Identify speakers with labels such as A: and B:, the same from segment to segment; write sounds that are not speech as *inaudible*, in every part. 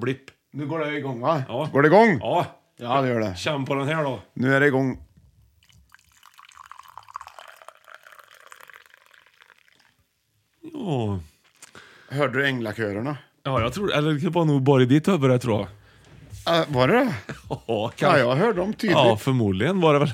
A: Blipp.
B: Nu går det igång va?
A: Ja.
B: Går det igång?
A: Ja,
B: Ja, det gör det.
A: känn på den här då.
B: Nu är det igång.
A: Ja,
B: Hörde du änglakörerna?
A: ja jag tror, eller det var nog bara i ditt huvud jag tror jag.
B: Äh, var det det?
A: Ja,
B: Ja,
A: kanske.
B: jag hörde dem tydligt.
A: Ja, förmodligen var det väl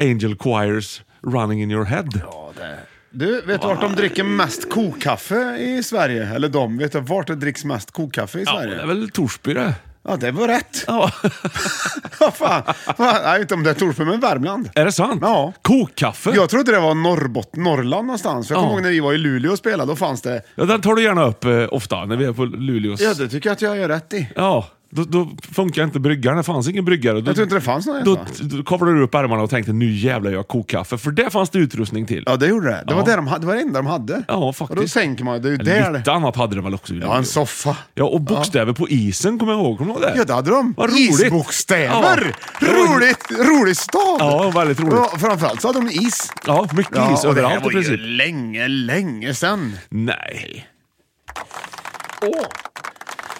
A: Angel Choirs Running in your head.
B: Ja, det- Du, vet du vart de dricker mest kokkaffe i Sverige? Eller de, vet du vart det dricks mest kokkaffe i
A: Ja,
B: Sverige?
A: det är väl Torsby det.
B: Ja, det var rätt. *laughs*
A: Ja. *laughs*
B: Vad fan? Va? Jag vet inte om det är Torsby, men Värmland.
A: Är det sant?
B: Ja.
A: Kokkaffe? Ja.
B: Jag trodde det var Norrbotten, Norrland någonstans. För jag
A: Ja.
B: kommer ihåg när vi var i Luleå och spelade, då fanns det...
A: Den tar du gärna upp eh, ofta när vi är på Luleås.
B: Ja, det tycker jag att jag gör rätt i.
A: Ja, då, då funkar inte bryggaren. Det fanns ingen bryggare. Då,
B: Jag tror inte det fanns någon
A: då,
B: ens, va?
A: då kavlade du upp ärmarna och tänkte nu jävlar gör jag kokkaffe. För det fanns det utrustning till.
B: Ja, det gjorde det. Det var,
A: Ja.
B: det, de hade, det, var det enda de hade.
A: Ja,
B: Och
A: faktiskt.
B: då sänker man det är ju där det...
A: Lite annat hade det väl också i
B: Ja,
A: Luleå.
B: en soffa.
A: Ja, och bokstäver på isen kommer jag ihåg. Kommer du ihåg det?
B: Ja, det hade de.
A: Vad roligt.
B: Isbokstäver!
A: Ja.
B: Roligt! Rolig stad!
A: Ja, väldigt roligt.
B: Ja, Framförallt så hade de is.
A: Ja, mycket is
B: och det här
A: överallt i
B: var ju
A: princip.
B: länge, länge sedan.
A: Nej.
B: Åh.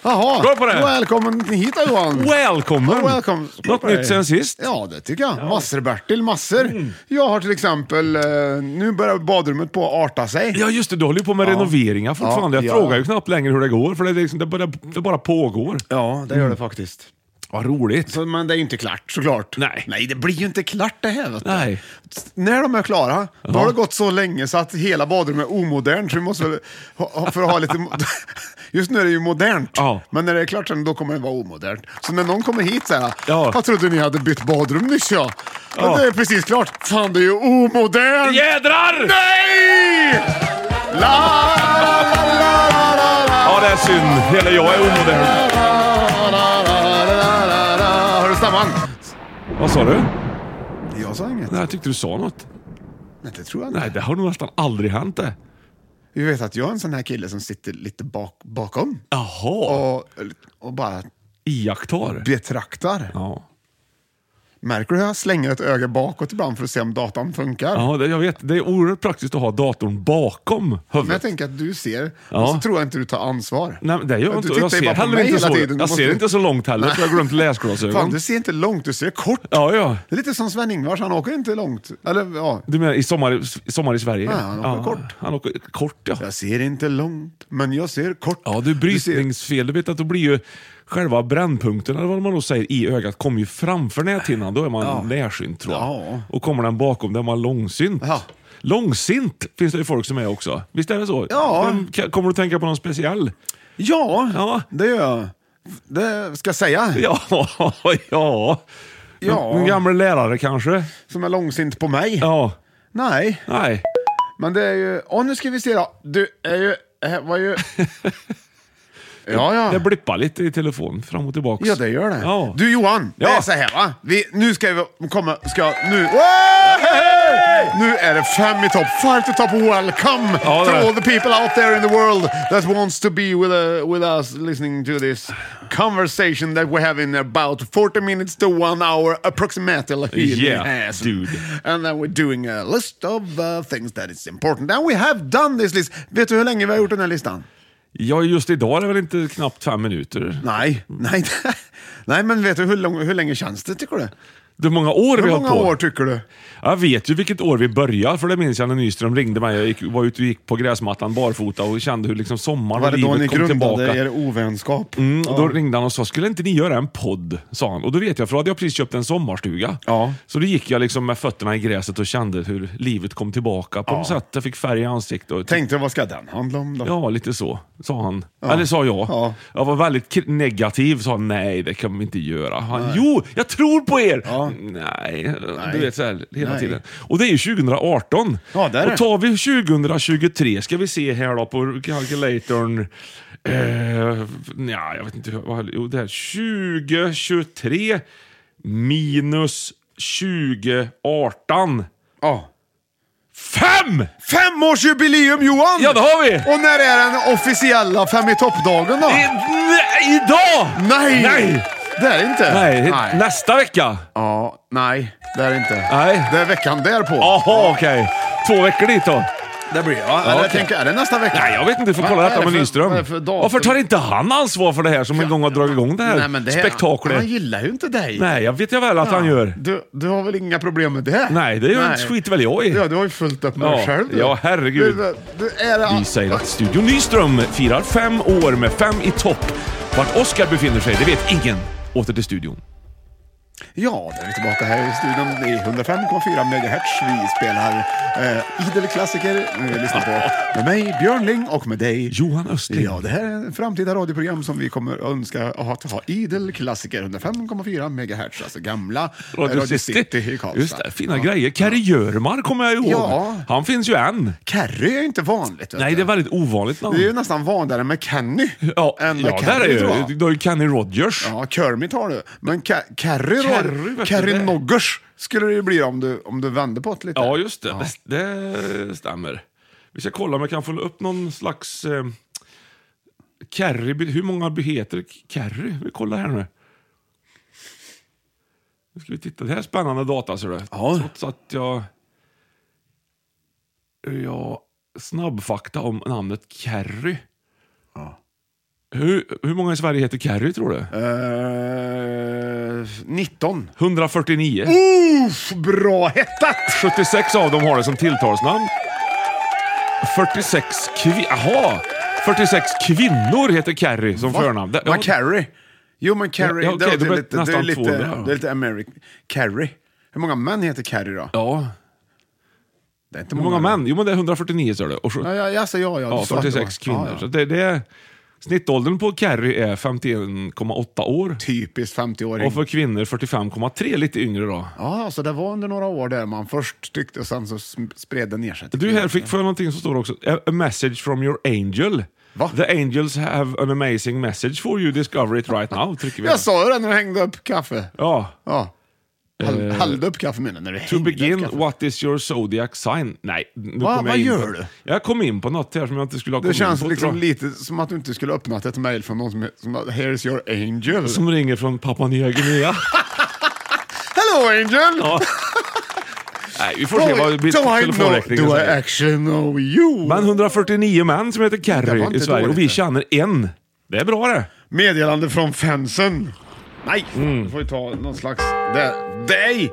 B: Jaha,
A: Bra på det.
B: välkommen hit då, Johan.
A: Välkommen!
B: Ja, welcome.
A: Något
B: Bra på
A: nytt
B: dig.
A: sen sist? Mm.
B: Ja, det tycker jag. Massor, Bertil. Massor. Jag har till exempel, eh, nu börjar badrummet på att arta sig.
A: Ja just det, du håller ju på med renoveringar fortfarande.
B: Ja,
A: jag
B: ja.
A: frågar ju knappt längre hur det går, för det, är liksom, det, bara, det bara pågår.
B: Ja, det gör det faktiskt.
A: Vad roligt.
B: Så, men det är ju inte klart såklart.
A: Nej.
B: Nej, det blir ju inte klart det här. Vet du.
A: Nej.
B: S- När de är klara, då har det gått så länge så att hela badrummet är omodernt. Så vi måste väl ha, ha- för att ha lite... mo- *laughs* Just nu är det ju modernt,
A: Ja.
B: men när det är klart sen då kommer det vara omodernt. Så när någon kommer hit såhär,
A: Ja.
B: jag trodde ni hade bytt badrum nyss ja. Men
A: Ja.
B: det är precis klart. Fan, det är ju omodernt!
A: Jädrar!
B: Nej! La, la, la, la, la, la, la.
A: Ja det är synd, hela jag är omodern.
B: Har du stämman?
A: Vad sa du?
B: Jag sa inget.
A: Nej, jag tyckte du sa något.
B: Nej, det tror jag
A: Nej,
B: inte.
A: det har nog nästan aldrig hänt det.
B: Vi vet att jag är en sån här kille som sitter lite bak, bakom
A: Jaha.
B: och, och bara
A: Iakttar.
B: betraktar.
A: Ja.
B: Märker du hur jag slänger ett öga bakåt ibland för att se om datan funkar?
A: Ja, det, jag vet. Det är oerhört praktiskt att ha datorn bakom
B: Men jag
A: huvudet.
B: tänker att du ser, och
A: Ja.
B: så tror jag inte du tar ansvar.
A: Nej, men det gör jag inte.
B: Du
A: Och Jag
B: tittar
A: ser
B: ju bara på
A: heller
B: mig
A: inte
B: hela
A: så.
B: tiden. Du
A: Jag
B: måste-
A: ser inte så långt heller, för jag har glömt
B: Fan,
A: läsglasögon.
B: du ser inte långt, du ser kort.
A: Ja, ja.
B: Det är lite som Sven-Ingvars, han åker inte långt. Eller ja,
A: Du menar i Sommar, i- sommar i Sverige?
B: Ja, han åker kort.
A: Han åker kort, ja.
B: jag ser inte långt, men jag ser kort.
A: Ja, du
B: ser-
A: brytningsfel. Du vet att då blir ju själva brännpunkten, eller vad man då säger, i ögat kommer ju framför näthinnan. Då är man närsynt tror jag.
B: Ja.
A: Och kommer den bakom, då är man långsynt.
B: Ja.
A: Långsint finns det ju folk som är också. Visst är det så?
B: Ja.
A: Men ka- Kommer du tänka på någon speciell?
B: Ja,
A: Ja.
B: det gör jag. Det ska jag säga.
A: *laughs* Ja, ja.
B: Ja.
A: En, en gammal lärare kanske?
B: Som är långsint på mig.
A: Ja.
B: Nej,
A: Nej.
B: men det är ju... Åh, nu ska vi se då. Du är ju... Äh, var ju... ja, ja.
A: Det blippar lite i telefon, fram och tillbaka.
B: Ja, det gör det.
A: Ja.
B: Du Johan, det
A: Ja.
B: är så här va. Vi, nu ska vi komma... Ska nu... Wow! Nu är det fem i topp. Five to top welcome
A: Ja,
B: to
A: det är.
B: all the people out there in the world that wants to be with, uh, with us listening to this conversation that we have in about 40 minutes to one hour approximately.
A: Yeah,
B: Yes.
A: dude.
B: And then we're doing a uh, list of uh, things that is important. And we have done this list. Vet du hur länge vi har gjort den här listan?
A: Ja, just idag är det väl inte knappt fem minuter?
B: Nej,
A: Mm.
B: nej, *laughs* nej, men vet du hur, lång, hur länge känns det tycker du?
A: Hur många år
B: Hur
A: vi har hållit
B: många
A: på?
B: år tycker du?
A: Jag vet ju vilket år vi började, för det minns jag när Nyström ringde mig. Jag gick, var ute och gick på gräsmattan barfota och kände hur liksom sommaren
B: Var
A: och
B: det då ni
A: livet kom
B: grundade
A: tillbaka.
B: er ovänskap?
A: Mm, och då
B: ja.
A: ringde han och sa, skulle inte ni göra en podd? Sa han. Och då vet jag, för då hade jag precis köpt en sommarstuga.
B: Ja.
A: Så då gick jag liksom med fötterna i gräset och kände hur livet kom tillbaka på något sätt. Jag fick färg i ansiktet. Och
B: Tänkte, vad ska den handla om då?
A: Ja, lite så, sa han. Eller sa jag.
B: Ja.
A: Jag var väldigt kri- negativ, sa nej, det kan vi inte göra. Han, jo, jag tror på er!
B: Ja.
A: Nej,
B: Nej.
A: du vet så här hela
B: Nej.
A: tiden. Och det är ju 2018.
B: Ja, där är det.
A: och tar vi 2023, ska vi se här då på calculatorn. Eh, nja, jag vet inte. hur- Vad, jo, det här 2023 minus 2018.
B: Ja.
A: Fem!
B: Femårsjubileum Johan!
A: Ja, det har vi!
B: Och när är den officiella Fem i topp-dagen då?
A: I, nej, idag!
B: Nej!
A: Nej!
B: Det är det inte.
A: Nej, he-
B: nej.
A: nästa vecka.
B: Ja, nej, det är det inte.
A: Nej.
B: Det är veckan därpå.
A: Jaha, okej. Två veckor dit då.
B: Det blir ja, eller
A: okej.
B: jag tänker, är det nästa vecka?
A: Nej, jag vet inte. Du får
B: Va-
A: kolla
B: vad är
A: detta
B: det
A: med
B: för-
A: Nyström.
B: vad är det för datum?
A: Varför tar inte han ansvar för det här som en gång har dragit igång det här
B: Nej, men det
A: spektaklet?
B: Han gillar ju inte dig.
A: Nej, jag vet jag väl att han gör.
B: Du, du har väl inga problem med det?
A: Nej, det är ju- skiter väl jag i.
B: Ja, du har ju fullt upp med
A: Ja.
B: dig själv. du.
A: Ja, herregud.
B: Du, du, är det,
A: Vi säger att Studio Nyström firar fem år med fem i topp. Vart Oscar befinner sig, det vet ingen. Åter till studion.
B: Ja, där är vi tillbaka här i studion i 105,4 MHz. Vi spelar eh, idel klassiker. Vi lyssnar
A: *laughs*
B: på med mig, Björn Ling, och med dig,
A: Johan Östling.
B: Ja, det här är ett framtida radioprogram som vi kommer att önska att ha idel klassiker. 105,4 MHz, alltså gamla eh,
A: Radio City.
B: i Karlstad.
A: Just det, fina grejer. Kari Jörmar kommer jag ihåg.
B: Ja.
A: Han finns ju än.
B: Carry är ju inte vanligt. vet
A: Nej,
B: du.
A: det är väldigt ovanligt namn.
B: det är ju nästan vanligare med Kenny
A: Ja,
B: än med
A: ja där
B: Carrie,
A: är
B: tror jag.
A: ju. Du har ju Kenny Rogers.
B: Ja, Kermit har du. Men Ka- Carrie
A: Carrie, vet
B: då?
A: du,
B: Carrie
A: det-
B: Noggers skulle det ju bli om du, om du vände på det lite.
A: Ja, just det. det. Det stämmer. Vi ska kolla om jag kan få upp någon slags... Eh, Kerry, hur många heter Kerry? Vi kollar här nu. Nu ska vi titta. Det här är spännande data, ser du.
B: Ja.
A: Trots att jag... Jag snabbfakta om namnet Kerry. Hur, hur många i Sverige heter Kerry, tror du?
B: Eh, 19.
A: 149.
B: Uff, bra hettat!
A: 76 av dem har det som tilltalsnamn. 46 kvi... Jaha! 46 kvinnor heter Carrie som förnamn. Det-
B: Men Carrie. Jo, men Carrie,
A: Ja, ja, okej,
B: det,
A: då
B: låter
A: blir det
B: lite, det är
A: nästan
B: lite,
A: 200.
B: det är lite American. Carrie. Hur många män heter Carrie då?
A: ja.
B: Det är inte
A: Hur många män? Jo, men det är 149 sa du. Och så,
B: Ja, ja, ja, alltså, ja, ja,
A: ja,
B: du sa att det
A: 46
B: var-
A: kvinnor.
B: Ja,
A: Så
B: ja.
A: det, det är, snittåldern på Carrie är 51,8 år.
B: Typiskt 50-åring.
A: Och för kvinnor 45,3, lite yngre då.
B: Ja, så det var under några år där man först tyckte och sen så sm- spred det ner sig.
A: Du, här fick för någonting som står också. A a message from your angel.
B: Va?
A: The angels have an amazing message for you. Discover it right now, trycker vi. här.
B: Jag sa ju det när du hängde upp kaffe.
A: Ja.
B: Ja. Häll- Hällde upp kaffe menar jag, när du
A: Eh, To
B: hängde upp
A: begin,
B: kaffe.
A: what is your zodiac sign? Nej, nu
B: Va-
A: kom
B: vad
A: jag in
B: gör
A: på,
B: du?
A: Jag kom in på något här som jag inte skulle ha
B: Det
A: kommit
B: känns
A: in på,
B: liksom
A: tror jag.
B: lite som att du inte skulle ha öppnat ett mejl från någon som, som Here's your angel.
A: Som ringer från Papua Nya
B: *laughs*
A: Guinea.
B: Hello angel!
A: ja. Nej, vi får se vad liksom. det blir
B: do,
A: på
B: I know,
A: telefonräkningen.
B: do I
A: säger.
B: actually know you?
A: Men 149 män som heter
B: Det var
A: Carrie
B: inte
A: i Sverige och vi
B: dåligt.
A: känner en. Det är bra det.
B: Meddelande från fansen. Nej,
A: Mm.
B: då får vi ta någon slags... Där. Dig!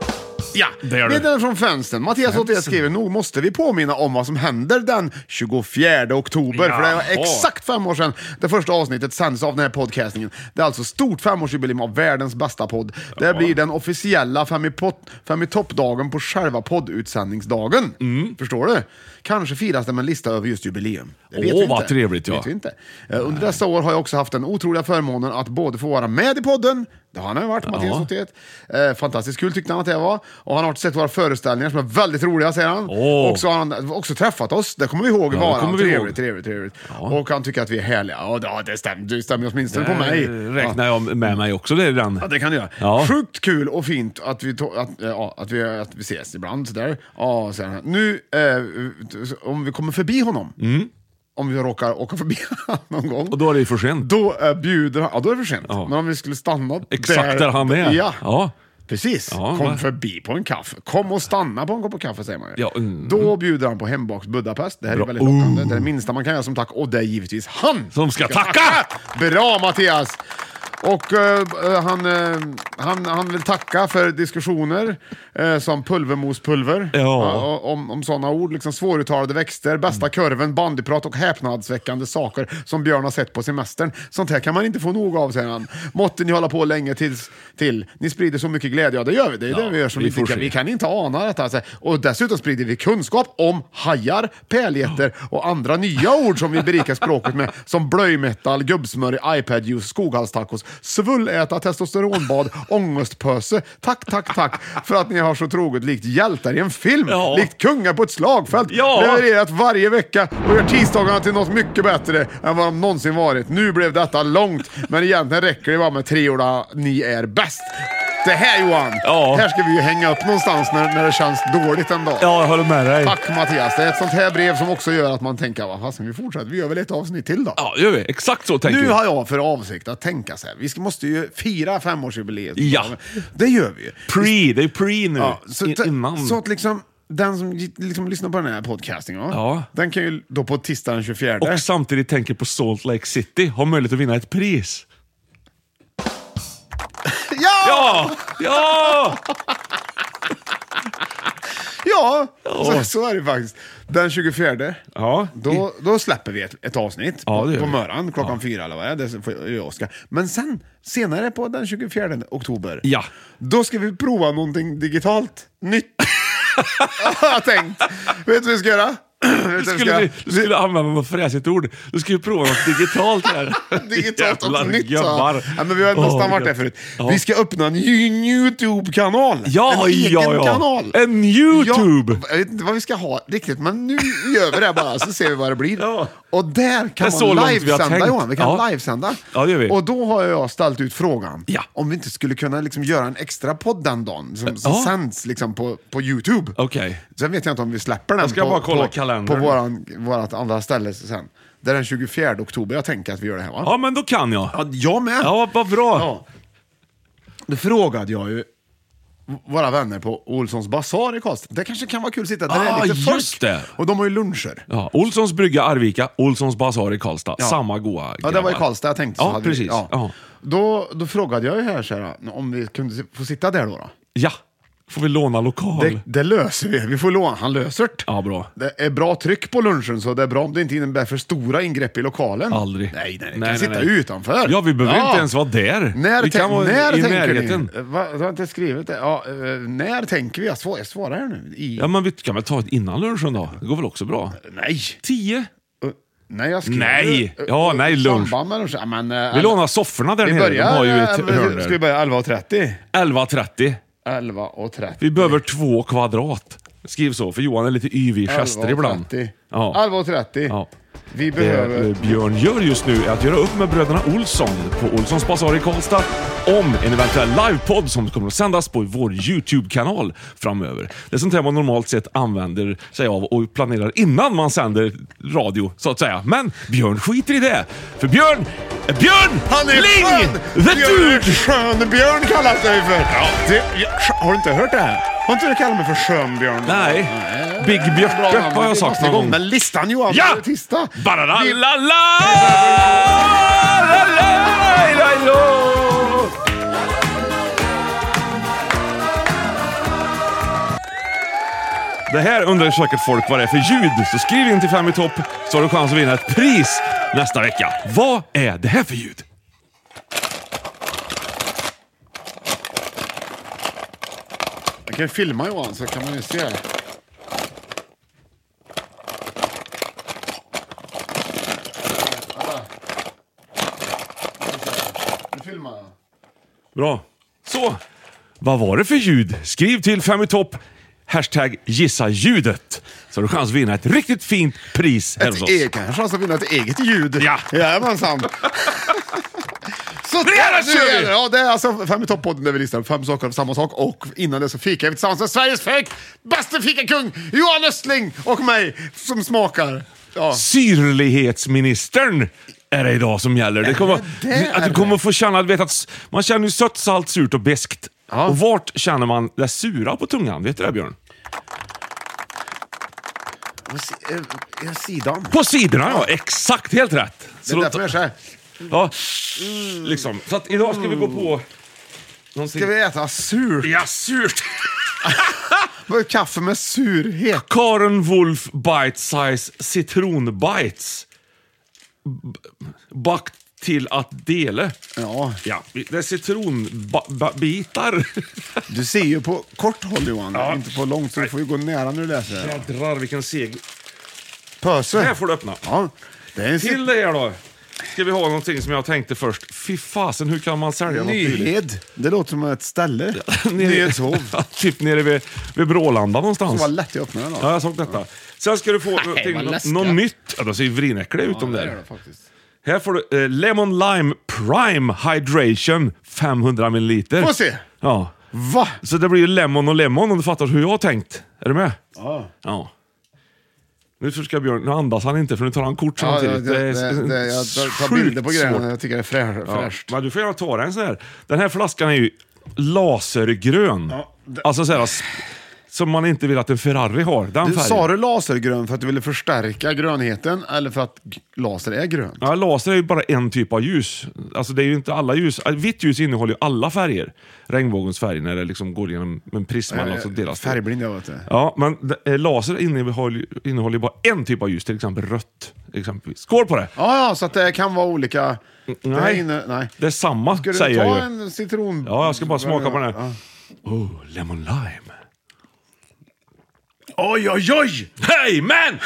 B: Ja,
A: Där du.
B: meddelande från fansen. Mattias 81 skriver, nog måste vi påminna om vad som händer den 24 oktober, för det
A: Jaha.
B: var exakt fem år sedan det första avsnittet sänds av den här podcastingen. Det är alltså stort femårsjubileum av världens bästa podd. Det blir den officiella Fem i, pot- fem i topp-dagen på själva poddutsändningsdagen.
A: Mm.
B: Förstår du? Kanske firas det med en lista över just jubileum. Det vet
A: Åh,
B: vi
A: vad
B: inte.
A: trevligt, ja.
B: Vet vi inte. Eh, Under dessa år har jag också haft den otroliga förmånen att både få vara med i podden, det har han ju varit, Mattias
A: Ja.
B: 81. Eh, fantastiskt kul tyckte han att det var. Och han har också sett våra föreställningar som är väldigt roliga, säger han.
A: Åh.
B: Och så har han också träffat oss, det kommer vi ihåg
A: Ja,
B: var
A: det
B: han.
A: kommer vi
B: Trevligt,
A: ihåg.
B: trevligt, trevligt. Och han tycker att vi är härliga. Ja, det- Ja, det stämmer, det stämmer åtminstone på
A: Där
B: mig.
A: Räknar jag med mig också, det är den.
B: Ja, det kan du göra.
A: Ja.
B: Sjukt kul och fint att vi, to- att, eh, ja, att vi, att vi ses ibland. Sådär. Ja, säger han. Nu, eh, om vi kommer förbi honom, om vi råkar åka förbi *laughs* honom någon gång,
A: Mm. Och då är det ju för sent.
B: då eh, bjuder han, ja då är det för sent.
A: Ja.
B: Men om vi skulle stanna
A: Exakt där han är.
B: Ja.
A: Ja.
B: Precis.
A: Ja,
B: Kom
A: va?
B: förbi på en kaffe. Kom och stanna på en kopp kaffe säger man ju.
A: Ja, mm.
B: Då bjuder han på hembakt Budapest. Det här
A: Bra. Oh.
B: är väldigt lockande. Det är det minsta man kan göra som tack. Och det är givetvis han
A: Som ska tacka!
B: Bra Mattias! Och eh, eh, han, eh, han, han vill tacka för diskussioner eh, som pulvermospulver.
A: Ja.
B: o- om, om sådana ord. Liksom svåruttalade växter,
A: Mm.
B: bästa kurven, bandyprat och häpnadsväckande saker som Björn har sett på semestern. Sånt här kan man inte få nog av, säger han. Måtte ni hålla på länge tills, till. Ni sprider så mycket glädje. Ja, det gör vi. Det är det vi gör som
A: vi
B: vi,
A: får
B: tycker.
A: se.
B: Vi kan inte ana detta. Alltså. Och dessutom sprider vi kunskap om hajar, pärlgetter och andra nya ord som vi berikar språket med. Som blöjmetall, gubbsmörj, iPadjuice, skoghalstacos, svulläta, testosteronbad, ångestpöse. Tack, tack, tack för att ni har så troget likt hjältar i en film.
A: Ja.
B: Likt kungar på ett slagfält.
A: Ja.
B: Levererat varje vecka och gör tisdagarna till något mycket bättre än vad de någonsin varit. Nu blev detta långt, men egentligen räcker det bara med tre ord. Ni är bäst. Det här Johan,
A: Ja.
B: här ska vi ju hänga upp någonstans när, när det känns dåligt en dag.
A: Ja, jag håller med dig.
B: Tack Mattias, det är ett sånt här brev som också gör att man tänker, vad fasen vi fortsätter, vi gör väl ett avsnitt till då.
A: Ja, gör vi. Exakt så tänker
B: Nu
A: vi.
B: har jag för avsikt att tänka så här. Vi ska, måste ju fira femårsjubileet.
A: Ja.
B: Det gör vi ju.
A: Pre, det är pre nu.
B: Ja, så,
A: In-
B: ta-
A: innan.
B: så att liksom, den som gi- liksom lyssnar på den här podcastingen, va?
A: Ja.
B: den kan ju då på tisdagen 24.
A: och samtidigt tänker på Salt Lake City, har möjlighet att vinna ett pris.
B: ja!
A: Ja! Ja!
B: Ja, Så, så är det faktiskt. Den 24,
A: Ja.
B: då, då släpper vi ett, ett avsnitt
A: Ja, det
B: på,
A: gör
B: på
A: vi.
B: morgonen, klockan fyra eller vad det är. Det får jag Oskar. Men sen, senare på den 24 oktober,
A: Ja.
B: då ska vi prova någonting digitalt nytt. *laughs* jag har tänkt. Vet du vad vi ska göra? *clears throat* Vet du vad vi
A: Du
B: ska
A: skulle,
B: göra?
A: vi, du skulle använda något fräsigt ord. Du ska ju prova något digitalt här.
B: *laughs* Digitalt
A: Jävlar,
B: och nytt. så.
A: Grabbar.
B: Ja, men vi har nästan
A: Åh,
B: varit där
A: gött.
B: förut.
A: Ja.
B: Vi ska öppna en ny YouTube-kanal.
A: Ja,
B: en
A: ja, ja.
B: kanal.
A: En YouTube.
B: Ja, jag vet inte vad vi ska ha riktigt, men nu gör vi det bara så ser vi vad det blir.
A: *laughs* Ja.
B: Och där
A: är
B: kan
A: så långt
B: man
A: vi har
B: livesända
A: tänkt.
B: Johan. Vi kan
A: Ja.
B: livesända.
A: Ja, det gör vi.
B: Och då har jag ställt ut frågan
A: Ja.
B: om vi inte skulle kunna liksom göra en extra podd den dagen som, som
A: Ja.
B: sänds liksom på, på YouTube.
A: Okej.
B: Sen vet jag inte om vi släpper den
A: Jag ska
B: på,
A: bara kolla
B: på,
A: kalendern.
B: på våran, vårat andra ställe sen. Det är den 24 oktober jag tänker att vi gör det här va?
A: Ja, men då kan jag.
B: Ja, jag med.
A: Ja, vad- vad bra.
B: Ja. Då frågade jag ju våra vänner på Olssons basar i Karlstad. Det kanske kan vara kul att sitta där det
A: Ah,
B: är lite folk.
A: just det.
B: Och de har ju luncher.
A: Ja, Olssons brygga Arvika, Olssons basar i Karlstad.
B: Ja.
A: Samma goa
B: Ja, det var i Karlstad jag tänkte. så
A: Ja,
B: hade
A: precis.
B: Vi, ja.
A: Ja.
B: Då, då frågade jag ju här så här, om vi kunde si- få sitta där då. då.
A: Ja, får vi låna lokal?
B: Det, det löser vi. Vi får låna. Han löser det.
A: Ja, bra.
B: Det är bra tryck på lunchen, så det är bra om det inte innebär för stora ingrepp i lokalen.
A: Aldrig.
B: Nej, nej, vi kan
A: Nej, nej,
B: sitta
A: nej.
B: utanför.
A: Ja, vi behöver inte ens vara där.
B: När,
A: Vi
B: tän-
A: kan vara
B: när
A: i
B: tänker
A: närheten.
B: ni? Eh, Va, du har inte skrivit det. Ja, eh, när tänker vi? Jag svarar, jag svarar här nu. I...
A: Ja, men vi kan väl ta ett innan lunchen då? Det går väl också bra?
B: Nej!
A: Tio?
B: Eh, nej, jag skrev
A: Nej.
B: eh,
A: Ja,
B: eh,
A: nej,
B: i
A: lunch.
B: samband med lunch. Ja, men, eh,
A: Vi
B: all-
A: lånar sofforna där
B: Vi
A: nere. De
B: börjar...
A: har ju ett
B: eh,
A: hörn
B: ska
A: där.
B: vi börja 11.30?
A: 11.30.
B: 11.30.
A: Vi behöver två kvadrat. Skriv så, för Johan är lite yvig i gester ibland.
B: 11.30.
A: Ja.
B: 11.30.
A: Ja.
B: Vi
A: Det
B: behöver...
A: eh, Björn gör just nu är att göra upp med bröderna Olsson på Olssons basar i Karlstad om en eventuell livepodd som kommer att sändas på vår YouTube-kanal framöver. Det är sånt här man normalt sett använder sig av och planerar innan man sänder radio, så att säga. Men Björn skiter i det. För Björn är Björn
B: Han är
A: Ling!
B: skön!
A: The
B: Björn är
A: Dude!
B: Skönbjörn kallas jag ju för. Det, jag, har du inte hört det här? Har inte du kallat mig för Skönbjörn?
A: Nej. Big
B: Bra
A: Björte
B: namn.
A: har jag
B: Vi
A: sagt
B: måste
A: någon
B: igång
A: gång.
B: med listan Johan.
A: Ja!
B: Det är Tisdag. Vi-
A: Baralalala! Lalalalalalalo! Det här undrar säkert folk vad det är för ljud, så skriv in till Fem i topp så har du chans att vinna ett pris nästa vecka. Vad är det här för ljud?
B: Jag kan ju filma Johan så kan man ju se. Nu filmar jag.
A: Bra. Så, vad var det för ljud? Skriv till Fem i topp, hashtag gissa ljudet, så har du chans att vinna ett riktigt fint pris här hos
B: Ett
A: oss.
B: eget, kanske han ska vinna ett eget ljud.
A: Ja. *laughs*
B: Jajamensan. Så
A: Det här
B: nu
A: kör vi!
B: är det. Ja, det är alltså fem i topp-podden där vi listar fem saker av samma sak och innan det så fikar vi tillsammans med Sveriges fake bästa fikakung Johan Östling och mig som smakar. Ja.
A: syrlighetsministern är det idag som gäller. Det kommer,
B: det där?
A: att du kommer få känna, du vet att s- man känner ju sött, salt, surt och beskt
B: Ja.
A: Och vart känner man det sura på tungan? Vet du det Björn?
B: På si- eh, eh, sidan.
A: På sidorna ja, exakt. Helt rätt.
B: Det är
A: då-
B: därför jag är så här.
A: Ja, liksom. Så att idag ska vi gå på... Någonting.
B: Ska vi äta surt?
A: Ja, surt!
B: Vad är Kaffe med surhet.
A: Karen Wolf Bite Size Citron Bites. B- Bakt till att dela.
B: Ja,
A: Ja, det är citronbitar. *laughs*
B: du ser ju på kort håll Johan,
A: Ja.
B: inte på långt. Så du får ju gå nära när du läser.
A: Jädrar vilken seg... Här
B: Pöse.
A: får du öppna.
B: Ja, det är en
A: Till
B: sit-
A: det här då. Ska vi ha någonting som jag tänkte först. Fy fasen, hur kan man sälja något *laughs* dylikt?
B: Nyhed. Det låter som ett ställe.
A: *laughs*
B: Nyhetshov.
A: typ nere vid, vid Brålanda någonstans.
B: Det var lätt jag öppnade den
A: Ja,
B: då.
A: jag såg detta. Sen ska du få någonting-
B: vad läskigt.
A: något nytt. Ja, de ser ju vrinäckliga ut de
B: det gör
A: där.
B: det faktiskt.
A: Här får du eh, Lemon Lime Prime Hydration 500 ml.
B: Får se.
A: Ja.
B: Va?
A: Så det blir ju lemon och lemon om du fattar hur jag har tänkt. Är du med? Ja. Nu ska Björn, nu andas han inte för nu tar han kort
B: Ja,
A: samtidigt.
B: det, det, det, det, jag tar tar
A: sjukt
B: bilder på grejerna
A: svårt.
B: när jag tycker det är frä, fräscht.
A: Men du får gärna ta dig en sån här. Den här flaskan är ju lasergrön.
B: Ja, det-
A: Alltså så här, s- som man inte vill att en Ferrari har. Den
B: Du,
A: färgen.
B: sa du lasergrön för att du ville förstärka grönheten eller för att g- laser är grön?
A: Ja, laser är ju bara en typ av ljus. Alltså det är ju inte alla ljus. Äh, Vitt ljus innehåller ju alla färger. Regnbågens färg när det liksom går genom en prisma eller något så delas det.
B: Färgblind jag vet du.
A: Ja, men d- eh, laser innehåller, ju- innehåller ju bara en typ av ljus, till exempel rött. Exempelvis. Skål på det!
B: Ja, ja, så att det kan vara olika... det här
A: Nej.
B: inne, nej.
A: Det är samma,
B: Ska du
A: säger
B: ta
A: jag ju.
B: en citron...
A: Ja, jag ska bara smaka på den här.
B: Ja.
A: Oh, lemon lime.
B: Oj, oj, oj!
A: Hej,
B: *laughs*
A: men!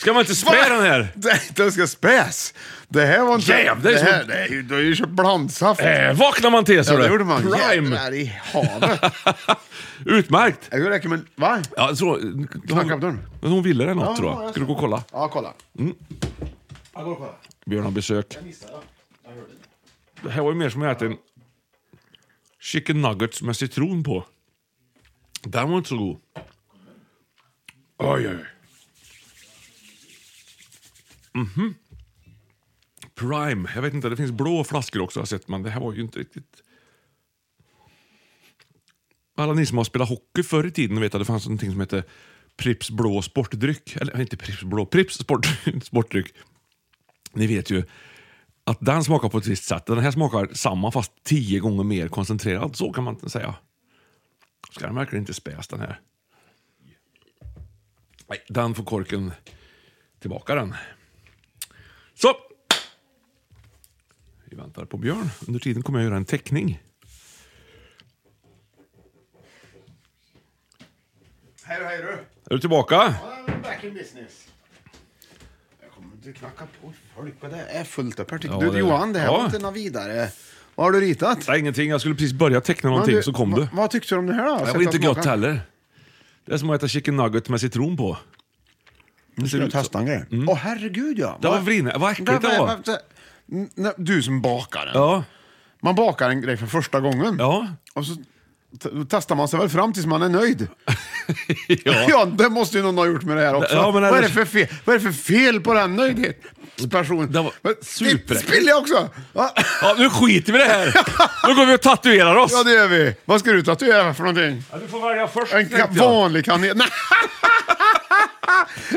A: Ska man inte spä den här?
B: Det, det ska späs! Det här var inte...
A: Jävlar,
B: det
A: det är
B: här,
A: som-
B: det är ju, du har ju köpt blandsaft.
A: Eh, vaknar man till så
B: ja, det
A: du.
B: gjorde man.
A: Prime!
B: Jävlar i
A: *laughs*
B: havet.
A: Utmärkt!
B: Jag räcker med... Va?
A: Ja, så,
B: Knacka på dörren.
A: hon, hon ville det något
B: Ja,
A: tror
B: ja,
A: jag.
B: jag
A: Ska du
B: ser.
A: gå och kolla?
B: Ja, kolla. Ja, kolla, kolla.
A: Björn har besök. Det här var ju mer som att äta en chicken nuggets med citron på. Den var inte så god. Oj, oj, oj. Mhm. Prime. Jag vet inte, det finns blå flaskor också har jag sett, men det här var ju inte riktigt... Alla ni som har spelat hockey förr i tiden vet att det fanns någonting som hette Pripps blå sportdryck. Eller inte Pripps blå, Pripps sport, *laughs* sportdryck. Ni vet ju att den smakar på ett visst sätt. Den här smakar samma fast tio gånger mer koncentrerad. Så kan man inte säga. Ska den verkligen inte späs den här? Nej, den får korken tillbaka den. Så! Vi väntar på Björn. Under tiden kommer jag göra en teckning.
B: Hej då, hej du.
A: Är du tillbaka?
B: Back in business. Jag kommer inte knacka på folk. Vad det är fullt upp här. tycker
A: Ja,
B: du
A: det-
B: Johan, det här
A: ja.
B: var inte något vidare. Vad har du ritat?
A: Nej, ingenting. Jag skulle precis börja teckna någonting
B: Men du,
A: så kom
B: va-
A: du.
B: Vad tyckte du om det här då?
A: Det
B: Sätta
A: var inte
B: smaken.
A: gott heller. Det är som att äta chicken nugget med citron på.
B: Nu ska
A: ser
B: jag
A: ut så. Mm.
B: testa en grej. Åh herregud ja.
A: Det var vrine- vad äckligt det var.
B: N- nej, Du som bakar den.
A: Ja,
B: Man bakar en grej för första gången.
A: ja.
B: Och så t- då testar man sig väl fram tills man är nöjd.
A: *laughs* ja.
B: *laughs* Ja, det måste ju någon ha gjort med det här också.
A: Ja, men
B: vad, är det
A: annars-
B: för fel? vad är det för fel på den nöjdhetspersonen?
A: Det var
B: Men-
A: superäckligt.
B: Spiller jag också? Va?
A: Ja, nu skiter vi i det här! Nu går vi och tatuerar oss!
B: Ja det gör vi. Vad ska du tatuera för någonting?
A: Ja, du får välja först.
B: En ka-
A: tänkte jag.
B: vanlig kanel... Nej. *laughs*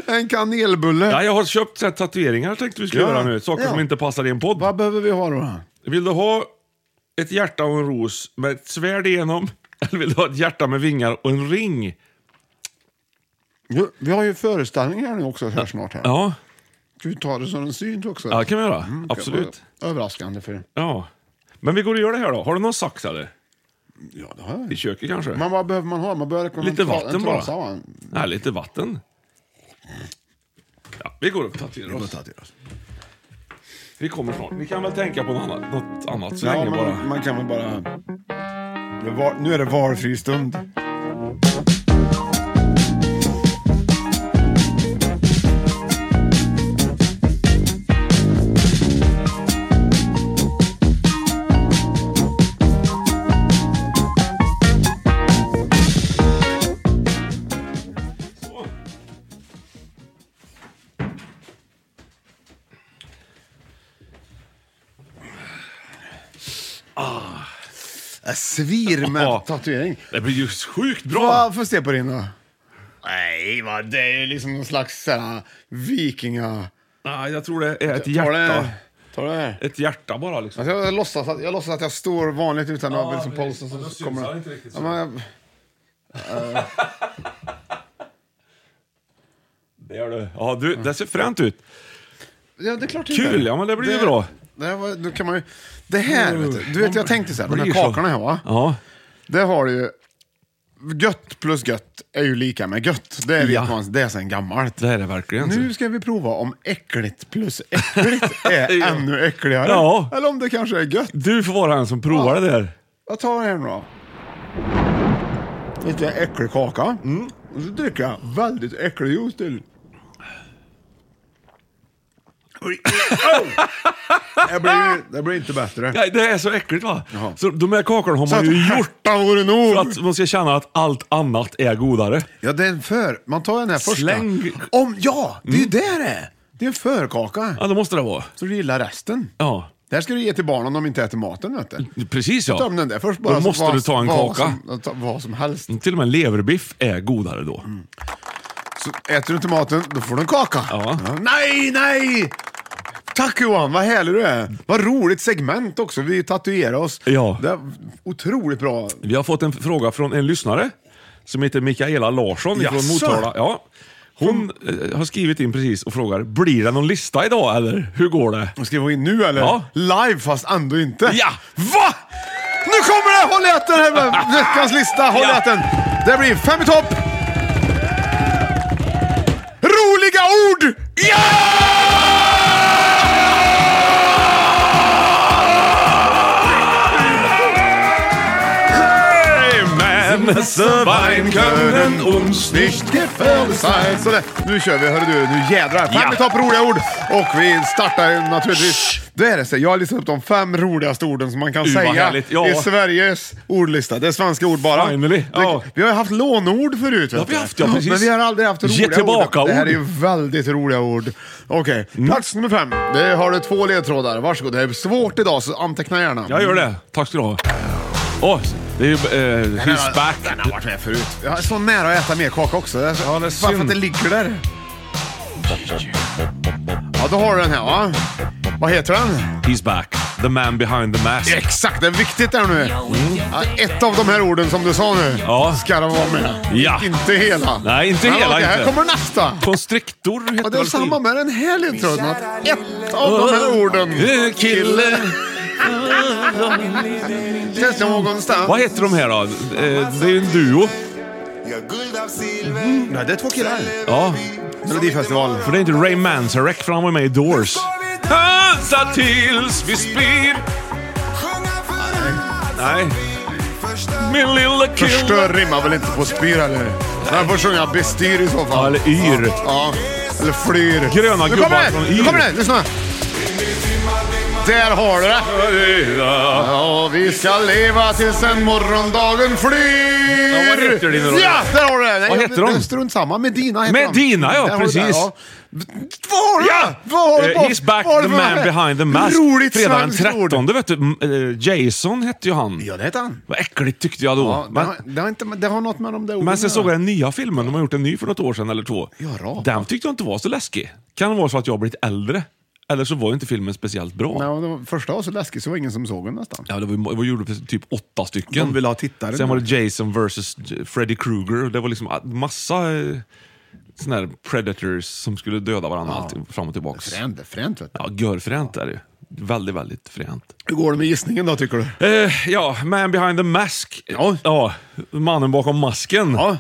B: en kanelbulle.
A: Ja, jag har köpt så här, tatueringar tänkte vi skulle
B: Ja.
A: göra nu. Saker
B: Ja.
A: som inte passar i en podd.
B: Vad behöver vi ha då?
A: Vill du ha ett hjärta och en ros med ett svärd igenom? *laughs* Eller vill du ha ett hjärta med vingar och en ring?
B: Vi, vi har ju föreställningar nu också här snart. Här.
A: Ja,
B: Ska vi ta det som den syns också?
A: ja det kan vi göra.
B: Det kan
A: Absolut.
B: vara Överraskande för...
A: Ja. Men vi går och gör det här då. Har du någon sax eller?
B: Ja, det har jag.
A: I köket kanske?
B: Men vad behöver man ha? Man behöver kunna
A: Lite
B: ta- en
A: vatten bara.
B: trasa, va?
A: Nej, lite vatten. Ja, vi går och tatuerar oss. Vi kommer snart. Vi kan väl tänka på något annat, något annat så
B: Ja,
A: länge bara.
B: man, man kan väl bara... Det är var- Nu är det valfri stund. Jag svir med
A: Ja.
B: Äh, tatuering.
A: Det blir ju sjukt bra.
B: Vad får jag se på din då? Nej, va? det är ju liksom någon slags såhär, vikinga...
A: Nej, jag tror det är ett
B: Tar
A: hjärta.
B: det, tar det här?
A: Ett hjärta bara liksom.
B: Alltså, jag, låtsas att, jag låtsas att jag står vanligt utan att liksom
A: precis.
B: polsa.
A: Men då
B: Så
A: syns
B: kommer
A: han
B: det.
A: inte riktigt
B: Ja,
A: så.
B: men, jag-
A: Det gör du. Ja, du, det ser fränt ut.
B: ja, det är klart det
A: Kul,
B: inte är.
A: ja, men det blir ju
B: det,
A: bra.
B: Det här, var, nu kan man ju, det här, vet du. Du vet, jag tänkte så här, de här
A: Blir så.
B: kakorna här va?
A: Ja.
B: Det har du ju. Gött plus gött är ju lika med gött. Det vet
A: Ja. Mm.
B: man, det är sen gammalt.
A: Det här är verkligen så.
B: Nu ska vi prova om äckligt plus
A: *laughs*
B: äckligt är
A: Ja.
B: ännu äckligare.
A: Ja.
B: Eller om det kanske är gött.
A: Du får vara den som provar det där.
B: Jag tar här nu då. Lite äcklig kaka. Mm. Och så dricker jag väldigt äcklig juice till. Oj, au! Det blir, det blir inte bättre.
A: Ja, det är så äckligt va?
B: Jaha.
A: Så de här kakorna har
B: Så
A: man
B: att
A: ju gjort
B: hjärtan vore nog.
A: för att man ska känna att allt annat är godare.
B: Ja, det är en för. Man tar den här första.
A: Släng- Mm.
B: Om, ja, det är ju det det är. Det är en förkaka.
A: Ja, det måste det vara.
B: Så du gillar resten.
A: Ja,
B: Det här ska du ge till barnen om de inte äter maten, vet du.
A: precis
B: Ta dem
A: ja.
B: den där först bara.
A: Då
B: så
A: måste
B: vad-
A: du ta en
B: vad
A: kaka.
B: Som, ta- vad som helst.
A: Till och med leverbiff är godare då.
B: Mm. Så äter du inte maten, då får du en kaka.
A: Ja.
B: Nej, nej! Tack Johan, vad härlig du är. Vad roligt segment också. Vi tatuerar oss.
A: Ja.
B: Det är otroligt bra.
A: Vi har fått en fråga från en lyssnare som heter Mikaela Larsson från
B: Jaså?
A: Motala. Ja. Hon eh, har skrivit in precis och frågar, blir det någon lista idag eller hur går det?
B: Och Ska vi in nu eller?
A: Ja.
B: Live fast ändå inte.
A: Ja.
B: Va? Nu kommer det! Håll i hatten! här med Veckans lista, håll i
A: Ja.
B: hatten. Det blir fem i topp. Roliga ord!
A: Men survive können uns nicht.
B: Sådär, nu kör vi. Hörru du, nu jädrar. Fem
A: Ja.
B: i topp roliga ord. Och vi startar ju naturligtvis. Då är det så. Jag har listat upp de fem roligaste orden som man kan
A: Uh, vad
B: säga
A: härligt. Ja.
B: i Sveriges ordlista. Det är svenska ord bara.
A: Finally.
B: Det-
A: Ja.
B: Vi har ju haft lånord förut.
A: har
B: vet
A: vi
B: du.
A: haft, ja, precis.
B: Men vi har aldrig haft roliga
A: Ge tillbaka
B: ord. Det här är ju
A: ord. Mm.
B: väldigt roliga ord. Okej, plats nummer fem. Det har du två ledtrådar. Varsågod. Det är svårt idag, så anteckna gärna.
A: Jag gör det. Tack ska du ha. Åh, det är ju... eh, he's back.
B: varit med förut. Jag är så nära att äta mer kaka också. Jag-
A: Ja, det är
B: Bara för att
A: synd.
B: det ligger där. Ja, då har du den här va? Vad heter den?
A: He's back. The man behind the mask.
B: Exakt, det är viktigt där nu. Ja, ett av de här orden som du sa nu
A: Mm. Ja.
B: ska det vara med.
A: Ja.
B: Inte hela.
A: Nej, inte
B: Men
A: hela,
B: okej, Här
A: inte.
B: kommer nästa.
A: Constrictor heter
B: Och det är
A: väl
B: samma
A: skivan?
B: med den här ledtråden. Att ett av de här orden...
A: Eh, Kille.
B: Finns det någonstans?
A: Vad heter de här då? Eh, Det är ju en duo.
B: Nej, det är två killar.
A: Ja.
B: Melodifestival.
A: För det är inte Ray Manzarek, för han var med i Doors. Dansa tills vi spyr. Nej. Min lilla kille.
B: Förstör rimmar väl inte på spyr eller? Man får sjunga bestyr i så fall.
A: Ja, eller yr.
B: Ja, ja. eller flyr.
A: Gröna
B: nu
A: gubbar
B: kommer
A: från
B: det! Nu
A: yr.
B: kommer det! Lyssna! Där har du det! Ja, vi ska leva tills en morgondagen flyr!
A: Ja, vad heter din då?
B: Ja, där har du det! Nej,
A: Vad heter de?
B: det är Strunt samma. Medina heter
A: Medina, ja,
B: Där har du det,
A: precis.
B: Vad har du?
A: Ja!
B: Vad har du
A: Eh,
B: på?
A: He's back,
B: Vad har
A: the
B: du på-
A: man behind the mask.
B: Roligt
A: Fredagen den
B: svenskt ord.
A: 13, vet du. m- eh, Jason hette ju han.
B: Ja, det heter han.
A: Vad äckligt tyckte jag då.
B: Ja, det,
A: men,
B: har, det, har inte, det har något med de där orden
A: men sen
B: att
A: såg jag
B: göra.
A: den nya filmen, de har gjort en ny för något år sedan eller två.
B: Ja, rapa.
A: den tyckte jag inte var så läskig. Kan det vara så att jag har blivit äldre? Eller så var inte filmen speciellt bra.
B: Nej, och det var- första var så läskig så var det ingen som såg den nästan.
A: Ja, det var, det var gjorde typ åtta stycken.
B: De ville ha tittare.
A: Sen var det Jason vs Freddy Krueger. Det var liksom massa eh, såna här predators som skulle döda varandra allting, fram och tillbaks.
B: Fränt, fränt vet du.
A: Ja, görfränt är det ju. Väldigt, väldigt fränt.
B: Hur går det med gissningen då tycker du?
A: Eh, ja, Man behind the mask.
B: Ja.
A: mannen bakom masken.
B: Ja.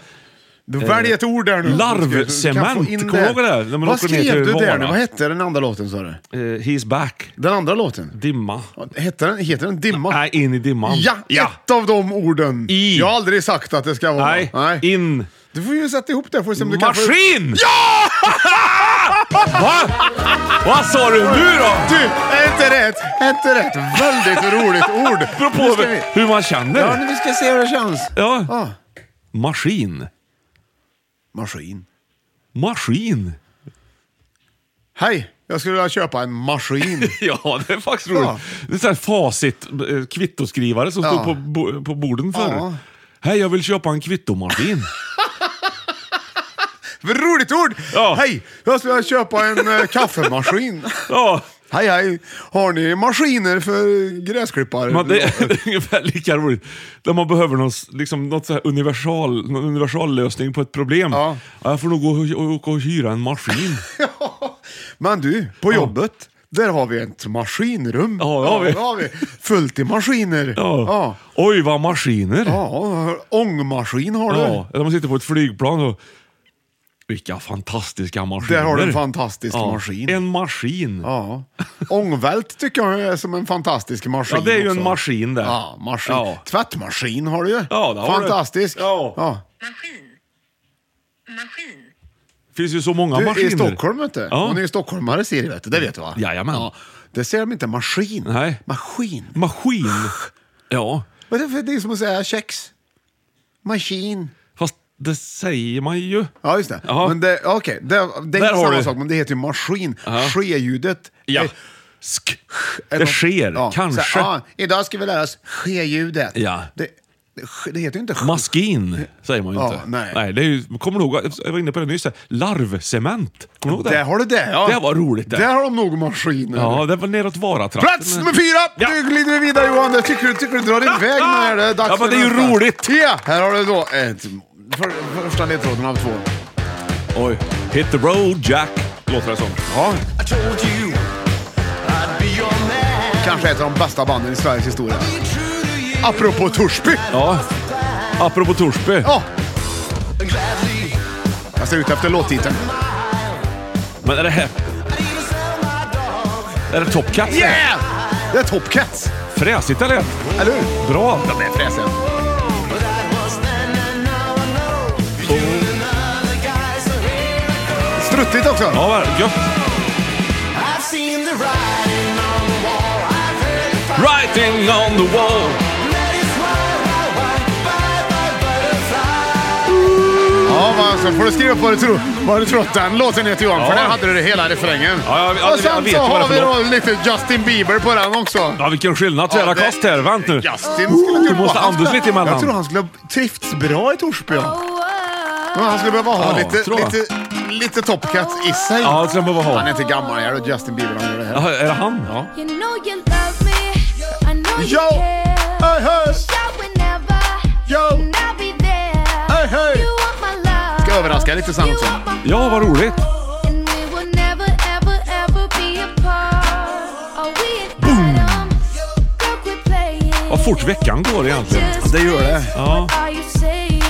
B: Du väljer ett ord där nu.
A: Eh, larvcement.
B: Du kan få in
A: Kommer du ihåg det? När man
B: Vad
A: åker ner
B: skrev
A: till
B: du där
A: Vara.
B: nu? Vad hette den andra låten sa du?
A: Eh, he's back.
B: Den andra låten?
A: Dimma.
B: Hette den, heter den Dimma?
A: Nej, in i dimman.
B: Ja, ett av de orden.
A: I.
B: Jag har aldrig sagt att det ska vara.
A: Nej, in.
B: Du får ju sätta ihop det. Får se om du kan få-
A: Maskin! Ja! *laughs* Va? Vad sa du nu då?
B: Du, är inte rätt. Är inte rätt. Väldigt roligt ord. Nu
A: *laughs* Apropå
B: ska vi-
A: hur man känner.
B: Ja, nu ska vi se hur det känns.
A: Ja.
B: Ah.
A: Maskin.
B: Maskin.
A: Maskin. *laughs*
B: Hej, Jag skulle vilja köpa en maskin.
A: Ja, det är faktiskt roligt.
B: Ja.
A: Det är så här facit, eh, kvittoskrivare som
B: Ja.
A: stod på, bo, på borden förr.
B: Ja.
A: Hej, jag vill köpa en
B: *laughs*
A: kvittomaskin.
B: Vad roligt ord!
A: Ja.
B: Hej! Jag skulle vilja köpa en eh,
A: *laughs*
B: kaffemaskin.
A: ja,
B: Hej hej! Har ni maskiner för gräsklippare?
A: men det, *laughs* det är ungefär lika roligt. Där man behöver någon, s- liksom, något så här universal, någon universal lösning på ett problem.
B: Ja.
A: Jag får nog gå och, och, och hyra en maskin.
B: Men du, på jobbet, där har vi ett maskinrum.
A: Ja, det har vi.
B: det har vi. Fullt i maskiner.
A: Ja.
B: *laughs* Ja.
A: Oj, vad maskiner!
B: Ja, ångmaskin har du.
A: Ja, eller man sitter på ett flygplan och... Vilka fantastiska maskiner!
B: Där har du en fantastisk maskin.
A: En maskin!
B: Ja. Ångvält tycker jag är som en fantastisk maskin.
A: Ja, det är ju en
B: också.
A: maskin där.
B: Ja, maskin.
A: Ja.
B: Tvättmaskin har du ju.
A: Ja, det har du.
B: Fantastisk.
A: Ja.
B: Ja.
C: Maskin. Maskin.
A: finns ju så många
B: Du
A: maskiner.
B: är i Stockholm vet du.
A: Ja.
B: Hon är ju stockholmare ser du vet du. Det vet du va?
A: Jajamän.
B: Det ser de inte maskin.
A: Nej.
B: Maskin.
A: Maskin. ja,
B: Vad är det för det är som att säga kex? Maskin.
A: fast det säger man ju.
B: Ja, just det.
A: Ja.
B: Men det, okej, det, det är
A: Där har
B: inte samma
A: du.
B: sak, men det heter ju maskin.
A: Ja.
B: Ske-ljudet.
A: Ja.
B: är-
A: Sk.
B: är
A: Det
B: något-
A: sker,
B: ja,
A: kanske.
B: så här, ah, idag ska vi lära oss ske-ljudet.
A: Ja.
B: Det, det, ske- det heter ju inte ske.
A: Maskin säger man ju
B: Ja,
A: inte.
B: nej.
A: det är ju, kommer du ihåg, jag var inne på det nyss, här, larvcement. Kommer du ihåg det?
B: Där har du det.
A: Det var roligt det.
B: Där har de nog maskiner.
A: Ja, det var neråt Varatrakten.
B: Plats nummer fyra!
A: Ja.
B: Nu glider vi vidare Johan. Jag tycker, tycker du drar iväg när det är dags
A: Ja, men
B: för
A: det är ju
B: nästa.
A: roligt.
B: Ja, här har du då ett, för, första ledtråden av två.
A: Oj. Hit the road Jack, låter det som.
B: Ja. Kanske ett av de bästa banden i Sveriges historia. Apropå Torsby.
A: Ja. Apropå Torsby.
B: Ja. Jag ser ut efter låttiteln.
A: Men är det här... Är det Top Cat?
B: Yeah! Det är Top Cats,
A: Fräsigt eller?
B: eller hur?
A: Bra!
B: De är fräsiga. Struttigt också.
A: Ja, vad- gött. Writing on the wall.
B: Ja, men alltså, får du skriva på vad du tror, vad du tror att den låten heter Johan, för
A: Ja.
B: där hade du hela refrängen.
A: Ja, jag- jag-
B: och sen
A: jag vet
B: så
A: vad det är
B: har
A: för
B: vi då lite Justin Bieber på den också.
A: Ja, vilken skillnad. Tvära
B: Ja, det-
A: kast här. Vänta nu.
B: Justin skulle kunna...
A: Du måste
B: han skulle-
A: andas lite emellan.
B: Jag tror han skulle ha trivts bra i Torsby. Ja. Men han skulle behöva ha
A: Ja,
B: lite,
A: tror jag.
B: lite, lite Top Cats i sig.
A: Ja, det ska man bara ha.
B: Han är inte gammal här och Justin Bieber han gör det här.
A: Ja, är det han? Ja.
D: You know you love me. I know you
B: Yo!
D: care.
B: Hey, hey!
D: Shout whenever.
B: Yo!
D: And I'll be there.
B: Hey, hey!
D: You want my love.
B: Ska överraska lite sen
D: You
B: också.
D: want my
A: Ja, vad roligt.
D: heart. And we will never, ever, ever be apart. Are we an item? Girl, quit playing.
A: Vad fort veckan går egentligen.
D: Just
B: det gör det.
D: listen,
A: Ja.
D: what are you saying?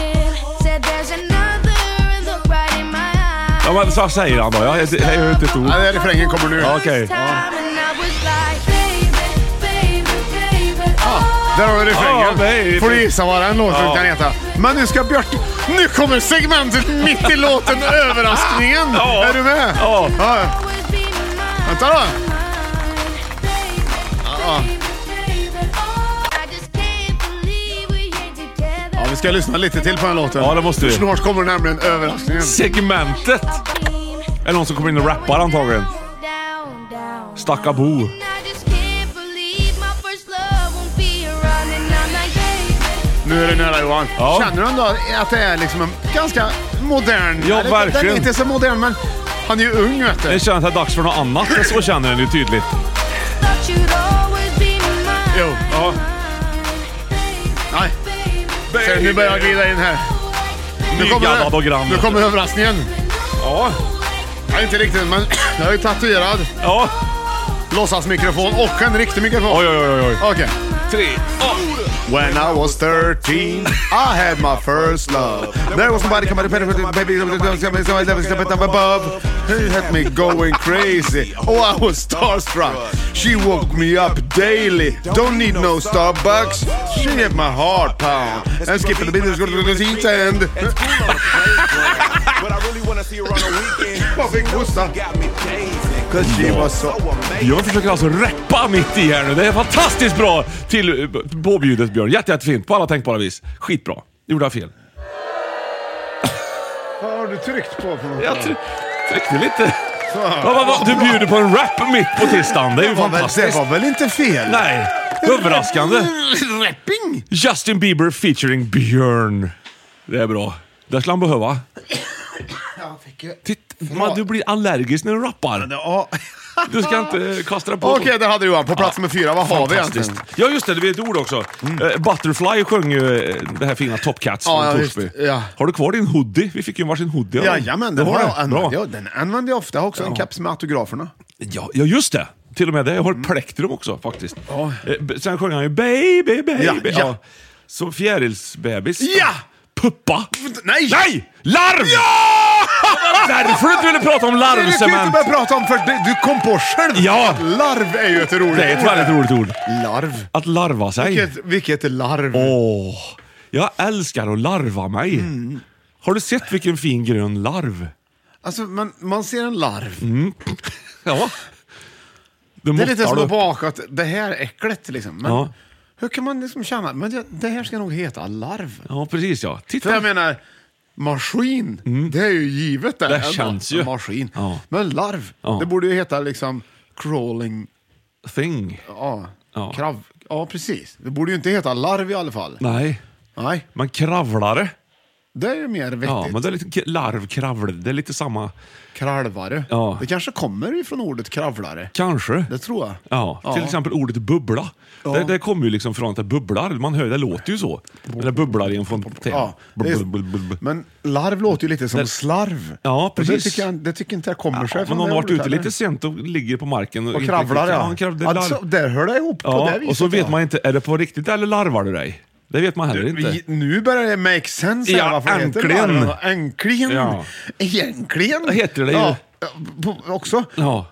D: Said there's another and look right in my eyes.
A: Ja, men så säger han då. Jag, jag, jag hör inte ett ord.
B: Ja, den här refrängen kommer nu.
A: Ja, okej.
B: Ah,
D: oh,
B: Där har
A: Ja,
B: vi refrängen.
A: baby.
B: Får du gissa vad den låten
A: Ja.
B: kan heta. Men nu ska Björt... Nu kommer segmentet mitt
A: *laughs*
B: i låten Överraskningen.
A: Ja.
B: Är du med?
A: Ja.
B: ja. Vänta då. Ah,
D: oh.
B: Ja, vi ska lyssna lite till på den låten.
A: Ja, det måste vi.
B: För Snart kommer nämligen överraskningen.
A: Segmentet! Är det någon som kommer in och rappar antagligen? Stacka Bo.
B: Nu är det nära Johan.
A: Ja.
B: Känner du ändå att det är liksom en ganska modern...
A: Ja,
B: eller, Den är
A: verkligen.
B: inte så modern, men han är ju ung vet du.
A: Det känns att det är dags för något annat. Så känner den ju tydligt.
B: Jo.
A: Ja.
B: Nej. Så nu börjar jag glida in här. Nu
A: Nygaddad och grann.
B: nu kommer överraskningen.
A: Ja.
B: Nej, inte riktigt, men *clears throat* jag är ju tatuerad.
A: Ja.
B: Låtsasmikrofon och en riktig mikrofon.
A: Oj, oj, oj, oj.
B: Okej.
A: Tre. Ja.
B: When I was 13 I had my first love There was somebody coming to baby Somebody never stepped up above He had me going crazy Oh I was starstruck She woke me up daily Don't need no Starbucks She had my heart pound And skipping the business to the seat and *laughs* Jag fick hosta Cause she was so
A: Björn försöker alltså reppa mitt i här nu. Det är fantastiskt bra till eh, påbjudet Björn. Jätte, jättefint på alla tänkbara vis. Skitbra. Gjorde jag fel?
B: Vad har du tryckt på för något?
A: Jag try- tryckte lite. Ja, vad, vad, du bjuder på en rap mitt på tisdagen. Det är ju
B: var väl, det
A: fantastiskt.
B: var väl inte fel?
A: Nej, överraskande.
B: Rapping!
A: Justin Bieber featuring Björn. Det är bra. Det skulle han behöva. Titt, man, du blir allergisk när du rappar.
B: Ja.
A: Du ska inte eh, kasta dig på.
B: Okej, det hade du Johan. På plats nummer fyra, vad har vi
A: Fantastiskt.
B: egentligen? Mm.
A: Ja just det, det är ett ord också. Eh, Butterfly sjöng ju eh, det här fina Top Cats
B: Ja,
A: från
B: ja,
A: Torsby.
B: visst. Ja.
A: Har du kvar din hoodie? Vi fick ju varsin hoodie. av dem.
B: Jajamän,
A: Du
B: den, har jag,
A: Bra.
B: använder jag, den använder jag ofta. Jag har också en keps med autograferna.
A: Ja, ja, just det. Till och med det. Jag
B: Mm.
A: har ett plektrum också faktiskt. Eh, b- Sen sjöng han ju Baby, baby.
B: Ja, ja.
A: Som fjärilsbebis.
B: Ja!
A: Puppa!
B: Nej!
A: Nej! Larv! Ja! Därför du inte ville prata om
B: Det kan du inte
A: larvcement.
B: börja prata om för du, du kom på själv!
A: Ja.
B: Larv är ju ett roligt
A: Det är ett
B: ord.
A: väldigt roligt ord.
B: Larv.
A: Att larva sig.
B: Vilket, vilket larv.
A: Åh, jag älskar att larva mig. Har du sett vilken fin grön larv?
B: Alltså, man, man ser en larv.
A: Ja.
B: Det är lite som
A: på...
B: att baka att det här är äckligt liksom. Men
A: Ja.
B: hur kan man liksom känna, men det, det här ska nog heta larv.
A: Ja, precis ja.
B: För
A: Titta.
B: jag menar, maskin, det är ju givet det.
A: Det
B: En-
A: känns
B: en
A: ju.
B: Maskin.
A: Ja.
B: Men larv,
A: Ja.
B: det borde ju heta liksom crawling,
A: Thing.
B: ja,
A: Ja.
B: krav. Ja, precis. Det borde ju inte heta larv i alla fall.
A: Nej,
B: Nej,
A: man kravlare.
B: det är ju mer vettigt.
A: Ja, men det är lite k- larvkravle. Det är lite samma.
B: Kralvare.
A: Ja.
B: Det kanske kommer ifrån ordet kravlare.
A: Kanske.
B: Det tror jag.
A: Ja, till exempel ordet bubbla. Det, det kommer ju liksom från att det bubblar. Man hör, det låter ju så. När det bubblar i en fontän.
B: Ja, det
A: Bubb, bubb, bubb,
B: är,
A: bubb.
B: men larv låter ju lite som
A: Det-
B: slarv.
A: Ja,
B: Och Det
A: precis.
B: tycker, jag, det tycker inte jag kommer sig
A: Ja, men
B: från
A: någon
B: det
A: har varit
B: ordet
A: ute
B: heller.
A: lite sent och ligger på marken.
B: Och
A: inte
B: kravlar
A: riktigt-
B: ja.
A: han kravlar, det är
B: alltså,
A: larv.
B: där hör det ihop på det
A: Ja,
B: viset.
A: och så vet
B: ja.
A: man inte, är det på riktigt eller larvar du dig? Det vet man heller
B: Vi-
A: inte.
B: Nu börjar det make sense här,
A: Ja,
B: varför det heter
A: äntligen.
B: larv. Äntligen!
A: Ja.
B: Egentligen!
A: Det heter det ju.
B: ja. på- Också.
A: Ja.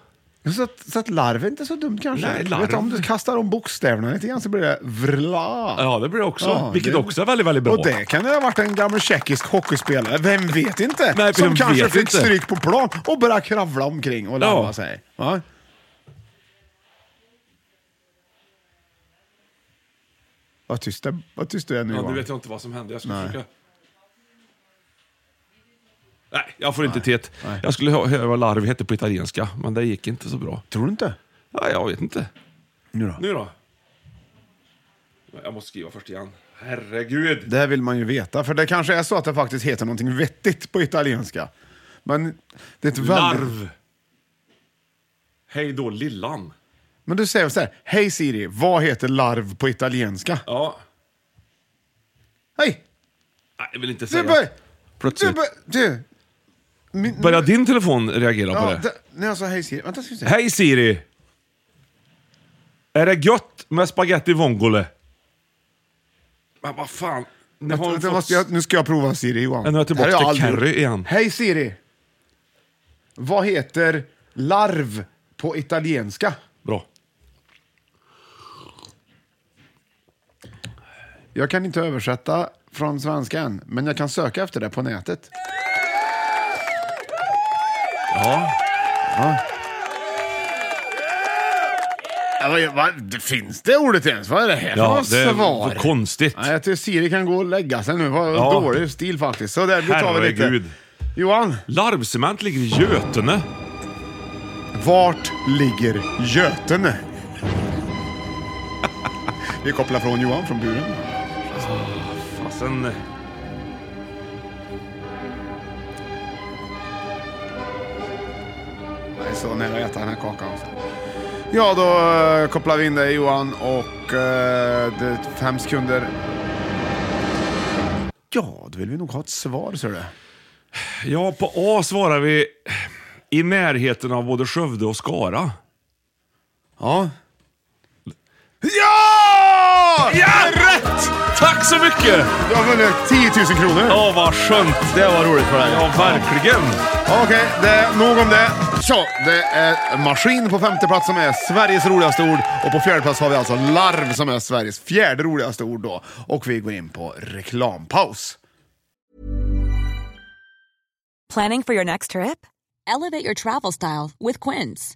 B: Så att, så att larv är inte så dumt kanske.
A: Nej,
B: Du
A: larv.
B: Vet, om du kastar om bokstäverna lite grann så blir det vrla.
A: ja, det blir det också.
B: Ja,
A: vilket
B: det-
A: också är väldigt, väldigt bra.
B: Och det kan det ha varit en gammal tjeckisk hockeyspelare, vem vet inte?
A: Nej,
B: som
A: vem
B: kanske
A: vet
B: fick
A: inte.
B: stryk på plan och började kravla omkring och larva
A: Ja.
B: sig. Va? Vad tyst, det- vad tyst du är nu
A: Ja,
B: Johan.
A: nu vet jag inte vad som hände. Jag skulle
B: Nej.
A: försöka... Nej, jag får inte tet. Jag skulle hö- höra vad larv hette på italienska, men det gick inte så bra.
B: Tror du inte?
A: Ja, jag vet inte.
B: Nu då?
A: Nu då? Jag måste skriva först igen. Herregud!
B: Det här vill man ju veta, för det kanske är så att det faktiskt heter någonting vettigt på italienska. Men det är ett väldigt...
A: Larv! Hej då, lillan.
B: Men du säger så här, hej Siri, vad heter larv på italienska?
A: Ja.
B: Hej!
A: Nej, jag vill inte
B: Du
A: säga.
B: bör... Du
A: Plötsligt.
B: bör... Du! Min,
A: Börjar din telefon reagera på
B: Ja,
A: det?
B: det, när jag sa hej Siri, vänta ska vi se.
A: Hej Siri! Är det gött med spaghetti vongole? Men vad fan. Nu
B: Vänta,
A: har hon
B: vänta,
A: fått...
B: måste jag, nu ska jag prova Siri Johan.
A: Ja, nu är jag tillbaka
B: Det har
A: till
B: aldrig
A: Carrie
B: gjort.
A: igen.
B: Hej Siri! Vad heter larv på italienska?
A: Bra.
B: Jag kan inte översätta från svenska än, men jag kan söka efter det på nätet.
A: Ja.
B: finns det ordet ens? Vad är det här
A: Ja, det är så konstigt.
B: Nej, jag tycker Siri kan gå och lägga sig nu. Vad
A: Ja.
B: dålig stil faktiskt. Så där, nu tar vi lite.
A: Herregud.
B: Johan,
A: Larvcement ligger i Götene.
B: vart ligger Götene?
A: *laughs*
B: vi kopplar från Johan från buren.
A: Fasen.
B: Jag är så nära att äta den här kakan. också. Ja, då eh, kopplar vi in dig Johan och eh, det är fem sekunder. Ja, då vill vi nog ha ett svar ser du.
A: Ja, på A svarar vi i närheten av både Skövde och Skara.
B: Ja.
A: Ja! Ja! Rätt! Tack så mycket!
B: Du har vunnit 10 000 kronor.
A: Åh, vad skönt.
B: Det var roligt för dig.
A: Ja, verkligen.
B: Okej, det är nog om det. Så, det är Maskin på femte plats som är Sveriges roligaste ord och på fjärde plats har vi alltså Larv som är Sveriges fjärde roligaste ord då. Och vi går in på reklampaus.
E: Planning for your next trip? Elevate your travel style with Quince.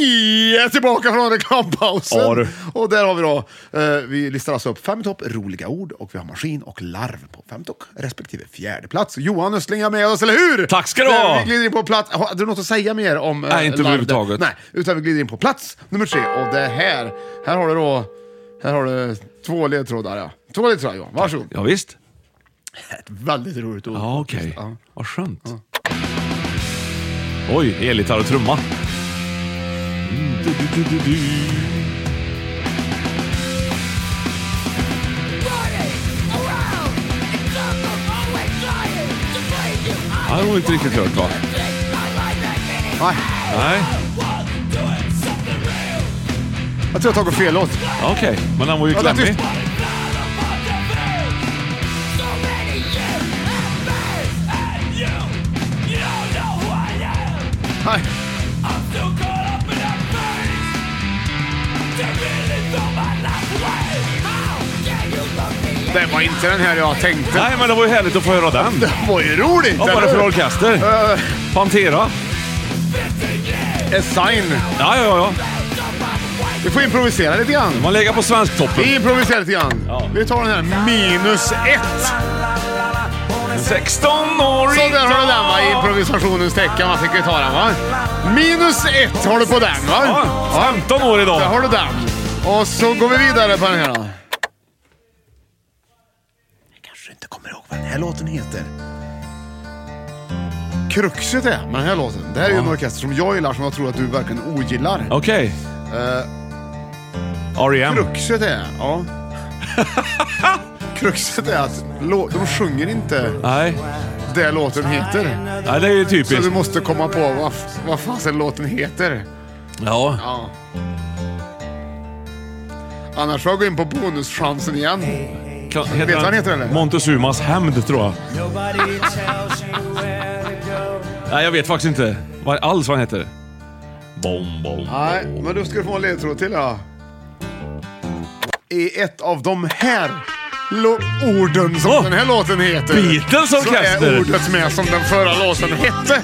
B: Vi är tillbaka från reklampausen!
A: Ja, du.
B: och där har vi då, eh, vi listar alltså upp fem i topp roliga ord och vi har maskin och larv på femte och respektive fjärde plats. Johan Östling är med oss, eller hur?
A: Tack ska du ha!
B: Eh, Vi glider in på plats, har du något att säga mer om eh,
A: Nej, inte
B: larv?
A: överhuvudtaget.
B: Nej, utan vi glider in på plats nummer tre och det här, här har du då, här har du två ledtrådar ja. Två ledtrådar Johan, varsågod.
A: Ja, visst.
B: Ett väldigt roligt ord.
A: Ja, okej.
B: Ja.
A: Vad skönt. Oj, elgitarr och trumma. Mm, du, du, du, du, du. Ja, Det var inte riktigt klart va?
B: Nej,
A: Nej,
B: jag tror jag har tagit fel låt.
A: Ja, okej. Men den var ju
B: Ja, det är
A: klämmig.
B: tyst. Nej. Det var inte den här jag tänkte.
A: Nej, men det var ju härligt att få höra den.
B: Det var ju roligt!
A: Vad var det
B: eller
A: för
B: hur?
A: orkester? Pantera?
B: A sign.
A: Ja, ja, ja.
B: Vi får improvisera lite grann.
A: Man lägger på Svensktoppen.
B: Vi improviserar lite grann.
A: Ja.
B: Vi tar den här minus ett.
A: 16 år
B: Så där har du den va, i improvisationens tecken. Man tycker vi tar den va. Minus ett har du på den va.
A: Ja, 15 år
B: Där
A: idag.
B: har du den. Och så går vi vidare på den här då. Jag kanske inte kommer ihåg vad den här låten heter. Kruxet är med den här låten. Det här är ju en orkester som jag gillar som jag tror att du verkligen ogillar.
A: Okej. E
B: Eh,
A: R.E.M.
B: Kruxet är, *laughs* ja. Kruxet är att lå- de sjunger inte
A: Nej.
B: det låten heter.
A: Nej, det är ju
B: Så du
A: typiskt.
B: måste komma på vad, f- vad fasen låten heter.
A: Ja.
B: Ja. Annars får jag gå in på bonuschansen igen.
A: Kan, heter
B: Vet du vad han heter, eller?
A: Montezumas hämnd, tror jag. Nej, jag vet faktiskt inte vad, alls vad han heter. Bom, bom,
B: Nej,
A: bom.
B: men då ska du få en ledtråd till då. I ett av de här lo- orden som
A: Åh!
B: den här låten heter.
A: Beatles
B: Så
A: orkester.
B: är ordet med som den förra låten hette.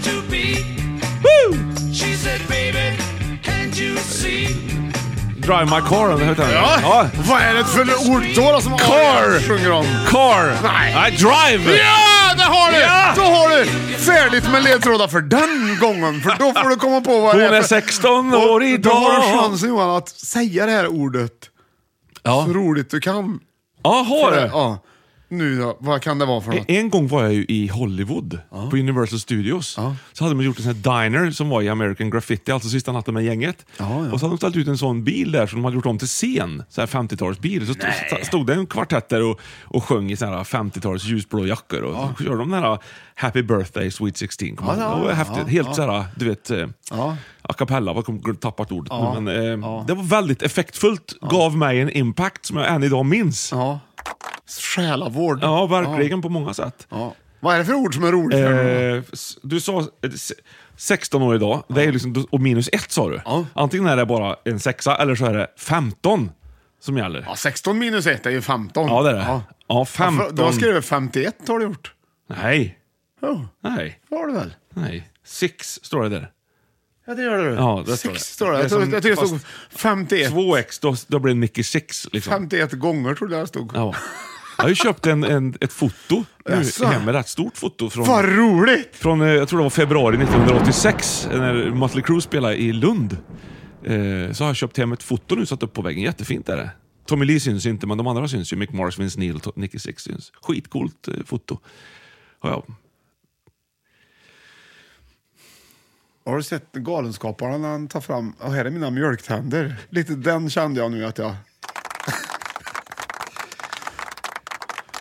A: Drive My Car, eller heter den?
B: Ja. Vad är det för ord då, då som
A: Car.
B: Arian sjunger om?
A: Car!
B: Nej.
A: Drive!
B: Ja, där har du!
A: Ja!
B: Då har du färdigt med ledtrådar för den gången. För då får du komma på vad det
A: Hon är
B: för-
A: 16
B: Och
A: år
B: Då har du
A: idag.
B: chansen Johan att säga det här ordet
A: Ja,
B: så roligt du kan.
A: har du? Eh,
B: Ja. Nu då, vad kan det vara för något?
A: En gång var jag ju i Hollywood, på Universal Studios. Så hade de gjort en sån här diner som var i American Graffiti, alltså sista natten med gänget.
B: Ja, ja.
A: Och så hade de ställt ut en sån bil där som de hade gjort om till scen, så här 50-talsbil. Så st- st- stod det en kvartett där och, och sjöng i såna här 50-tals ljusblå jackor. Och så körde de den här Happy birthday Sweet 16. Kom
B: Ja,
A: ja,
B: ja,
A: det var häftigt.
B: ja,
A: Helt
B: ja.
A: så här, du vet, eh,
B: Ja.
A: a cappella, jag kom- tappat ordet nu. Men, eh, Det var väldigt effektfullt, gav mig en impact som jag än idag minns. Ja,
B: Ja. Själavård.
A: verkligen på många sätt.
B: Ja. Vad är det för ord som är roligt? för
A: Eh, s- du sa eh, s- 16 år idag, det är liksom, och minus ett sa du.
B: Ja.
A: Antingen är det bara en sexa eller så är det 15 som gäller.
B: ja, 16 minus 1 är ju 15.
A: Ja, det är det. Ja,
B: för- Du har
A: 15.
B: skrivit 51 har du gjort.
A: Nej,
B: Ja,
A: nej,
B: det har du väl.
A: nej. Six står det där.
B: Ja, det gör det.
A: Ja, det står det.
B: Sex står det.
A: Det är
B: Jag, tror,
A: som-
B: jag tycker det stod
A: fast-
B: 51.
A: 2x, då, då blir det 96. Liksom.
B: 51 gånger trodde jag det stod.
A: Ja. Jag har ju köpt en, en, ett foto
B: Jaså?
A: nu hem, ett rätt stort foto. Från,
B: Vad roligt!
A: Från, eh, jag tror det var februari 1986, när Mötley Crüe spelade i Lund. Eh, så har jag köpt hem ett foto nu, satt upp på väggen. Jättefint är det. Tommy Lee syns inte, men de andra syns ju. Mick Mars, Vince Neil, To- Nicky Six syns. Skitcoolt eh, foto. Har jag.
B: Har du sett Galenskaparna när han tar fram, och här är mina mjölktänder. Lite den kände jag nu att jag...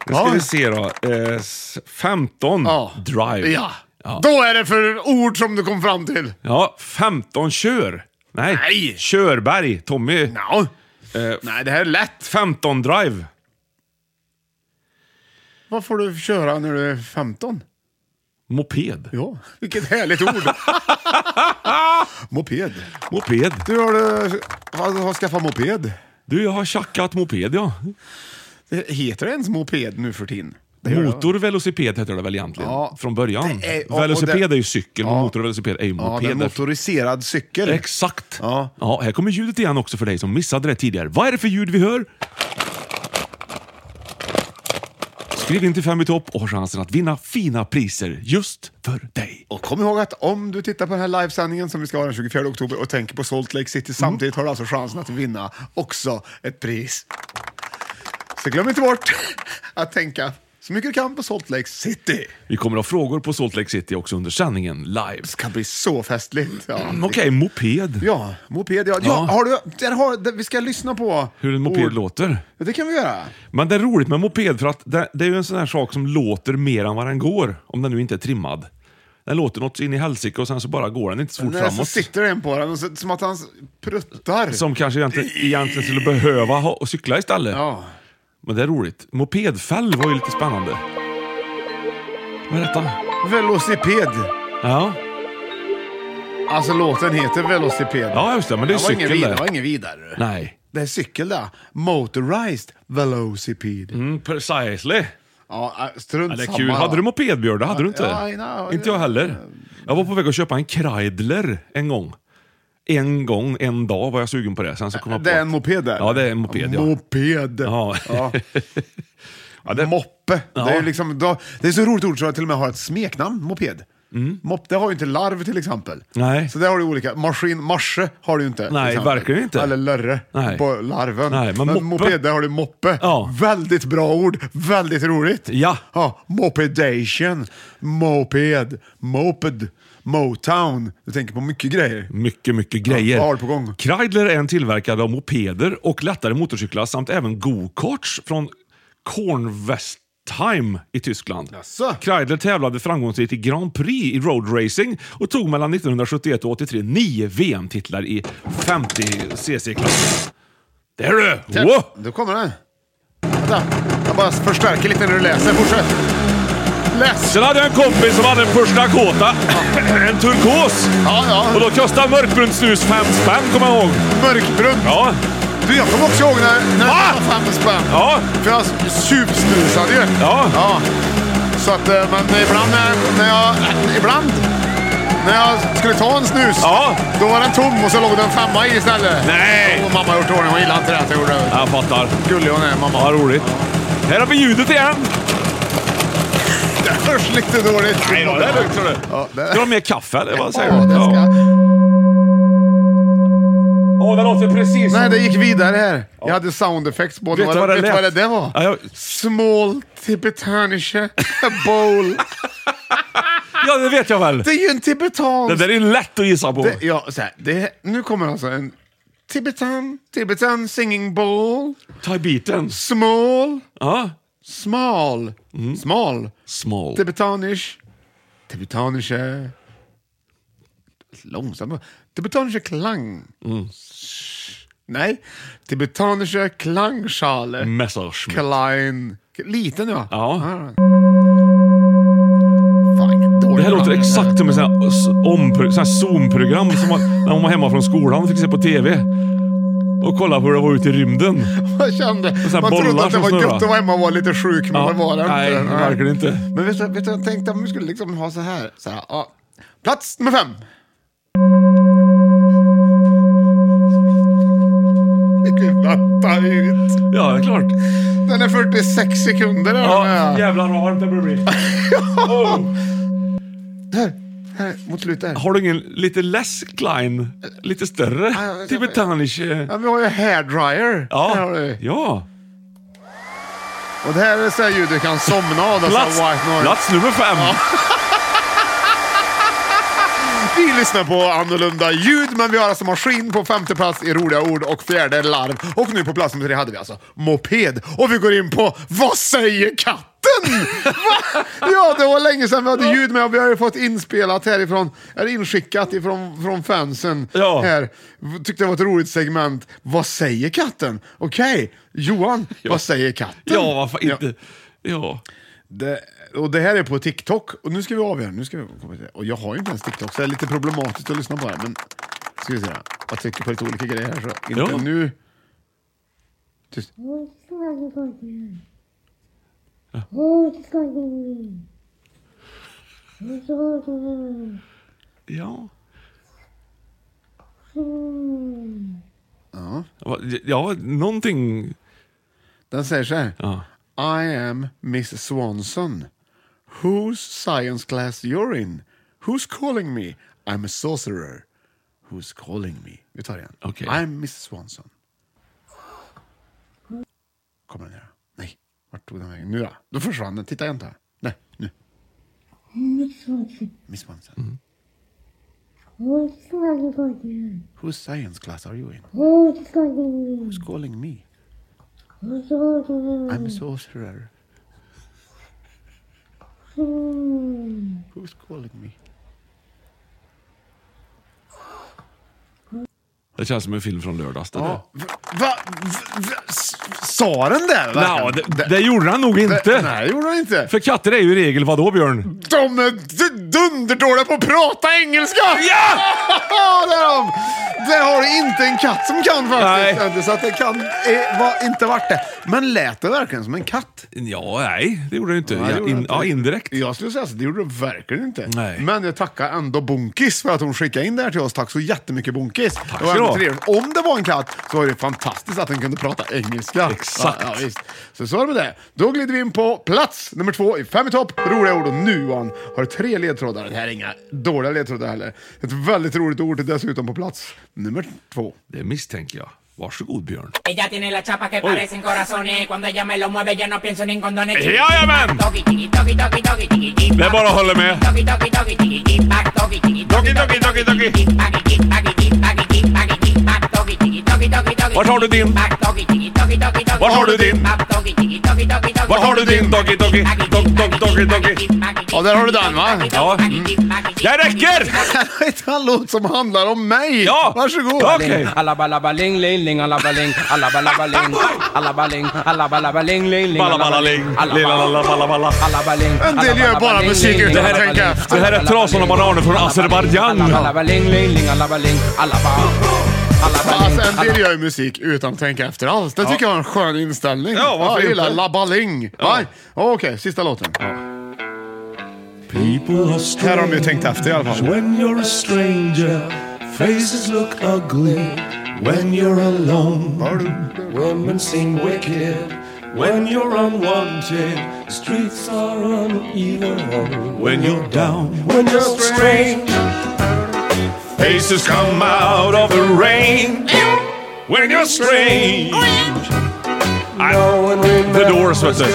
A: Nu ska
B: Ja.
A: vi se då. Eh, s- 15 Drive.
B: Ja.
A: Ja.
B: Då är det för ord som du kom fram till.
A: Ja, 15 Kör. Nej. Körberg. Tommy.
B: No.
A: Nej, det här är lätt. 15 Drive.
B: Vad får du köra när du är 15?
A: Moped.
B: Ja, vilket härligt ord. *laughs* moped.
A: Moped.
B: Du har, eh, har, har skaffat moped.
A: Du, jag har tjackat moped ja.
B: Det heter det ens moped nu för tiden? Det gör det, va?
A: Motorvelociped heter det väl egentligen?
B: Ja.
A: Från början.
B: Det är- och- och
A: Velociped
B: det-
A: är ju cykel, men
B: Ja.
A: motorvelociped är ju
B: Ja, det är
A: moped.
B: en motoriserad cykel.
A: Exakt.
B: Ja.
A: Ja, här kommer ljudet igen också för dig som missade det tidigare. Vad är det för ljud vi hör? Skriv in till Fem i topp och har chansen att vinna fina priser just för dig.
B: Och kom ihåg att om du tittar på den här livesändningen som vi ska ha den 24 oktober och tänker på Salt Lake
A: Mm.
B: City samtidigt har du alltså chansen att vinna också ett pris. Så glöm inte bort *laughs* att tänka så mycket du kan på Salt Lake City.
A: Vi kommer ha frågor på Salt Lake City också under sändningen live.
B: Det ska bli så festligt. Ja.
A: Mm, Okej, moped.
B: Ja, moped. Ja, ja.
A: Ja.
B: har du, där har, där, vi ska lyssna på...
A: Hur en moped
B: ord.
A: låter.
B: Ja, det kan vi göra.
A: Men det är roligt med moped för att det, det är ju en sån här sak som låter mer än vad den går. Om den nu inte är trimmad. Den låter något in i helsike och sen så bara går den inte så fort
B: Nej, så
A: framåt.
B: sitter en på den och så, som att han s- pruttar.
A: Som kanske egentligen, egentligen skulle behöva ha och cykla istället.
B: Ja.
A: Men det är roligt. Mopedfäll var ju lite spännande. Vad är detta?
B: Velociped.
A: Ja.
B: Alltså låten heter Velociped.
A: ja, just det. Men det är
B: var ingen
A: cykel
B: vidare, det var
A: det.
B: ingen vidare.
A: Nej.
B: Det är cykel det. Motorized Velociped.
A: Mm, precisely.
B: Ja, äh, strunt
A: Ja, det är
B: samma.
A: kul. Hade du mopedbjörn? Det hade du inte.
B: Ja, nej,
A: inte jag heller. Jag var på väg att köpa en Kreidler en gång. En gång, en dag var jag sugen på det. Sen så kom jag
B: Det
A: på
B: är
A: att-
B: en moped där.
A: Ja, det är en moped, ja.
B: Moped.
A: Ja. *laughs* Ja, det-
B: Moppe.
A: Ja.
B: Det, är ju liksom, då- det är så roligt ord så jag till och med har ett smeknamn, moped. Moppe, det har ju inte larv till exempel.
A: Mm. Nej.
B: Så där har du olika. Maskin, marse har du ju inte. till
A: Nej,
B: exempel.
A: verkligen inte.
B: Eller lörre
A: Nej.
B: på larven.
A: Nej, men moppe-
B: moped, där har du moppe.
A: Ja.
B: Väldigt bra ord. Väldigt roligt.
A: Ja.
B: ja. Mopedation. Moped. Moped. Motown. Du tänker på mycket grejer.
A: Mycket, mycket grejer.
B: vad har du på gång?
A: Kreidler är en tillverkare av mopeder och lättare motorcyklar samt även go-karts från Kornwestheim i Tyskland.
B: Jaså?
A: Kreidler tävlade framgångsrikt i Grand Prix i road racing och tog mellan 1971 och 83 nio VM-titlar i 50cc-klassen. Där du!
B: Där.
A: Wow!
B: Nu kommer den. Vänta, jag bara förstärker lite när du läser. Fortsätt. Läs!
A: Sen hade jag en kompis som hade en Porsche Dakota, en turkos.
B: Ja,
A: Och
B: ja.
A: då kostade mörkbrunt snus fem spänn, kommer jag ihåg.
B: Mörkbrunt.
A: Ja,
B: Du, jag kommer också ihåg när, när
A: Ah!
B: det var fem spänn.
A: ja,
B: För jag tjuvsnusade ju.
A: Ja.
B: ja. Så att, eh, men ibland när, när jag... eh, Ibland. När jag skulle ta en snus,
A: Ja.
B: då var den tom och så låg den femma i istället.
A: Nej.
B: Jo, mamma har gjort i ordning. Hon gillar inte det att jag gjorde. det.
A: jag fattar.
B: Gullig hon är, mamma.
A: Ja, roligt. Här har vi ljudet igen.
B: Det *laughs* hörs lite dåligt.
A: Nej då, det är lugnt tror du.
B: Ja, det-
A: Ska du ha mer kaffe eller vad säger
B: Ja,
A: du?
B: det
A: Ja.
B: ska...
A: Åh, det låter precis
B: Nej, det gick vidare här. Jag hade sound effects på den.
A: Vet du vad det
B: vet du
A: lät?
B: vad det där var?
A: Ja, jag-
B: Small tibetanische bowl.
A: Ja, det vet jag väl.
B: Det är ju en
A: Det
B: tibetansk...
A: där är lätt att gissa på.
B: Det, ja, så här, det, nu kommer alltså en tibetan, tibetan singing bowl,
A: Tibeten.
B: small,
A: Ja. Mm.
B: smal, smal,
A: Small.
B: tibetanisch, tibetanische... Långsamt. Tibetanische klang.
A: Mm.
B: Nej, tibetanische klangschale.
A: Messerschmitt.
B: Klein. Liten ja.
A: Ja.
B: Fan, vilken dålig
A: Det här låter
B: blandning.
A: exakt som ett sånt här s- ompro- sånt här Zoom-program som man, när man var hemma från skolan och fick se på TV. Och kolla på hur det var ute i rymden.
B: Jag kände,
A: så här
B: man trodde
A: bollar
B: att det
A: som
B: var
A: snurrar.
B: gött att vara hemma och vara lite sjuk, men
A: Ja.
B: det var det inte.
A: Nej, verkligen inte.
B: Men vet du, *laughs* vet du, jag tänkte om vi skulle liksom ha så här. Så här ja. Plats nummer fem. Gud vad tajt.
A: Ja, det är klart.
B: Den är 46 sekunder.
A: Ja,
B: Ja,
A: jävlar vad varmt det börjar
B: *laughs*
A: bli. Oh.
B: Här, här, mot slutet här.
A: Har du ingen lite less klein? Lite större?
B: ja,
A: Tibetanische?
B: Ja, vi har ju hairdryer. Här har
A: Ja.
B: du.
A: Ja.
B: Och det här är så här ljud du kan somna av. dessa
A: Plats,
B: Alltså, white noise.
A: plats nummer fem.
B: Vi lyssnar på annorlunda ljud, men vi har alltså maskin på femte plats i roliga ord och fjärde är larv. Och nu på plats nummer tre hade vi alltså moped. Och vi går in på Vad säger katten? *laughs* Va? Ja, det var länge sedan vi hade ljud med och vi har ju fått inspelat härifrån, eller inskickat ifrån från fansen
A: Ja.
B: här. Tyckte det var ett roligt segment. Vad säger katten? Okej, Johan, vad säger katten?
A: Ja, varför
B: Ja.
A: inte? Ja.
B: Det, och det här är på TikTok. Och nu ska vi av igen. Nu ska vi komma till det. Och jag har ju inte ens TikTok, så det är lite problematiskt att lyssna på det. Men ska vi se. Jag trycker på lite olika grejer här. Så inte
A: Ja.
B: nu. Tyst.
A: Ja. Ja. Ja, någonting.
B: Den säger så här.
A: Ja.
B: I am Miss Swanson. Whose science class you're in? Who's calling me? I'm a sorcerer. Who's calling me? Vi tar det igen.
A: Okej.
B: I'm Miss Swanson. Kommer den här? Nej, vart tog den vägen? Nu då? Då försvann den. Titta igen där. Nej, nu. Miss Swanson.
A: Mm.
B: Whose science class are you in? Who's calling me? I'm a sorcerer. Who's calling me?
A: Det känns som en film från lördags. Det där.
B: Ja. Va, va, va, s- sa den där?
A: Ja,
B: verkligen?
A: det, det gjorde han nog inte.
B: Nej, gjorde han inte.
A: För katter är ju i regel vadå Björn?
B: De är d- dunderdåliga på att prata engelska!
A: Ja!
B: *laughs* det är de! Det har du inte en katt som kan faktiskt.
A: Nej.
B: Så att det kan eh, var, inte vart det. Men lät det verkligen som en katt?
A: Ja, nej, det gjorde han ju inte.
B: Nej,
A: Ja,
B: det gjorde han
A: in,
B: inte.
A: ja, indirekt.
B: Jag skulle säga så, det gjorde det verkligen inte.
A: Nej.
B: Men jag tackar ändå Bonkis för att hon skickade in det här till oss. Tack så jättemycket Bonkis. Tack
A: ska du ha.
B: Om det var en katt så var det fantastiskt att den kunde prata engelska.
A: Exakt.
B: Ja, ja, visst. Så så är det med det. Då glider vi in på plats nummer två i Fem i topp, roliga ord och nuan. Har tre ledtrådar. Det här är inga dåliga ledtrådar heller. Ett väldigt roligt ord dessutom på plats nummer två.
A: Det misstänker jag. Varsågod Björn.
F: Ella tiene la chapa que
A: Uy.
F: parecen corazones. Cuando ella me lo mueve, ya no pienso ni en condones.
A: Jajamän!
F: Toki, tiki, toki, toki, toki, tiki, tiki,
A: Det är
F: toki,
A: bara att hålla med.
F: toki, toki, toki, tiki, tiki, tac, toki, tiki, toki,
A: Doki, doki, doki, doki.
F: tac, tiki, tac, tiki, tac, tiki, tac, tiki, tac, toki, tiki, toki, toki, toki,
A: Vart har du din?
F: tac, toki, tiki, toki, toki, toki,
A: Vart har du din?
F: tac, toki, tiki, toki, toki, toki,
A: Vart har du din Doki Doki? Doki Doki Doki Doki?
B: Ja, där har du den va? *laughs*
A: Ja. Det räcker!
B: Det är en låt som handlar om mig.
A: Ja!
B: Varsågod.
A: Okej.
G: Alabalabaling, ling, ling, alabaling, alabalabaling, alabaling, alabalabaling, ling, ling,
A: Ballabalaling, lilla-lalla-ballaballa.
G: Alabaling,
B: En del gör bara
G: alabalabaling,
B: musik
G: ling,
B: utan att
G: alabaling,
B: tänka efter.
A: Det här är Trasorna och Bananer från Azerbajdzjan.
G: Alabaling, ling, ling, alabaling, alaba. Alabaling,
B: Alltså, en del gör ju musik utan att tänka efter alls. Det tycker jag är en skön inställning.
A: Ja, varför
B: jag gillar
A: inte?
B: labbaling. Ja. Okej, sista låten.
H: People are
B: Här har de ju tänkt efter i alla fall.
H: When you're a stranger, faces look ugly. When you're alone, women seem wicked. When you're unwanted, streets are uneven. When you're down, when you're strange, faces come out of the rain. When you're strange,
I: Oh,
A: The Doors vet du.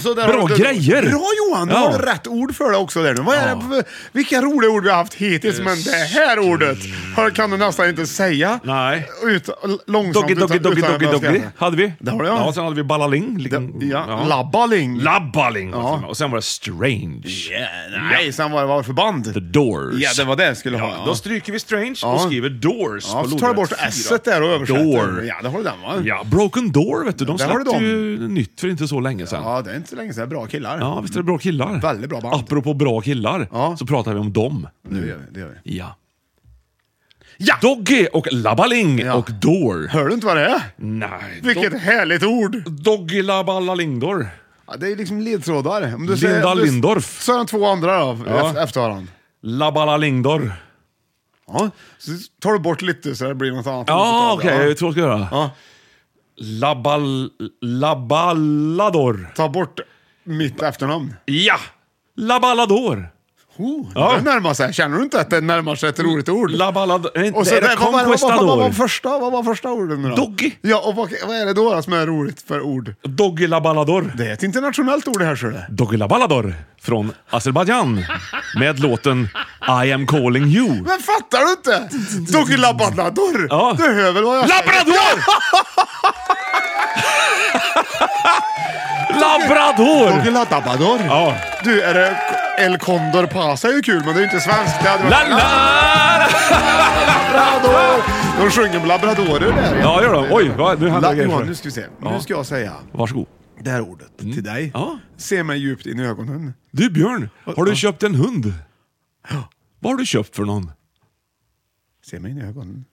B: Så där
A: Bra
B: har du-
A: grejer!
B: Bra Johan! Du
A: Ja.
B: har rätt ord för det också där nu. Vad är det, för- vilka roliga ord vi har haft hittills, men det här ordet har- kan du nästan inte säga.
A: Nej.
B: Ut, långsamt
A: Doggy Doggy
B: utan,
A: Doggy
B: utan att
A: Doggy
B: börja
A: Doggy
B: skratta.
A: hade vi.
B: Det har du
A: Ja,
B: ja.
A: sen hade vi Ballaling. liksom.
B: Ja, Labbaling.
A: Labbaling. var
B: Ja.
A: det med. Och sen var det Strange.
B: Nej, sen var det vad för band?
A: The Doors.
B: Ja, det var det jag skulle ha.
A: Ja,
B: Ja.
A: Då stryker vi Strange
B: Ja.
A: och skriver Doors
B: Ja,
A: på
B: så tar du bort
A: lodrätt fyra.
B: s där och översätter.
A: Door.
B: Ja, det har du den va?
A: Ja, Broken Door vet du, de
B: Där har du
A: släppte
B: dem.
A: ju nytt för inte så länge sedan. Ja.
B: Ja, det är inte så länge sedan. Bra killar.
A: visst är det bra killar?
B: Väldigt bra band.
A: Apropå bra killar,
B: Ja.
A: så pratar vi om dem
B: Nu
A: nu.
B: gör vi, det gör vi.
A: Ja. ja! Doggy och Labbaling
B: Ja.
A: och Door.
B: Hör du inte vad det är?
A: Nej.
B: Vilket
A: Dog-
B: härligt ord!
A: Doggy Labbalalingdor.
B: Ja, det är liksom ledtrådar. Om du
A: Linda
B: om du-
A: Lindorff.
B: Så är de två andra då,
A: Ja.
B: ja. efter varandra.
A: Labbalalingdor.
B: Ja. Så tar du bort lite så det blir något annat.
A: Ja, okej. Jag tror jag ska göra.
B: Ja.
A: Labal, laballador.
B: Ta bort mitt efternamn.
A: Ja! Laballador.
B: Oh, Det närmar sig. Känner du inte att det närmar sig ett roligt ord?
A: Laballador. Är inte-
B: Och så,
A: är det
B: där, vad, var- vad, vad, vad,
A: conquistador?
B: var första, vad var första ordet nu då?
A: Doggy.
B: Ja, och vad, vad är det då, då som är roligt för ord?
A: Doggy laballador.
B: Det är ett internationellt ord det här, ser du.
A: Doggy Laballador från Azerbajdzjan med låten I am calling you.
B: Men fattar du inte? Doggy labrador!
A: Ja.
B: Du hör väl vad jag säger?
A: Labrador! Labrador!
B: Doggy labrador!
A: Ja.
B: Du, är det El Condor Pasa är ju kul, men det är ju inte svenskt. Det hade varit-
A: La la!
B: Labrador! De sjunger med labradorer där.
A: Ja, gör de. Oj, vad, nu händer
B: La,
A: det
B: Johan,
A: grejer.
B: nu ska vi se. Nu ska jag säga
A: Varsågod.
B: det här ordet till dig.
A: Ja.
B: Se mig djupt in i ögonen.
A: Du Björn, har du köpt en hund? Vad har du köpt för någon?
B: Se mig in i ögonen.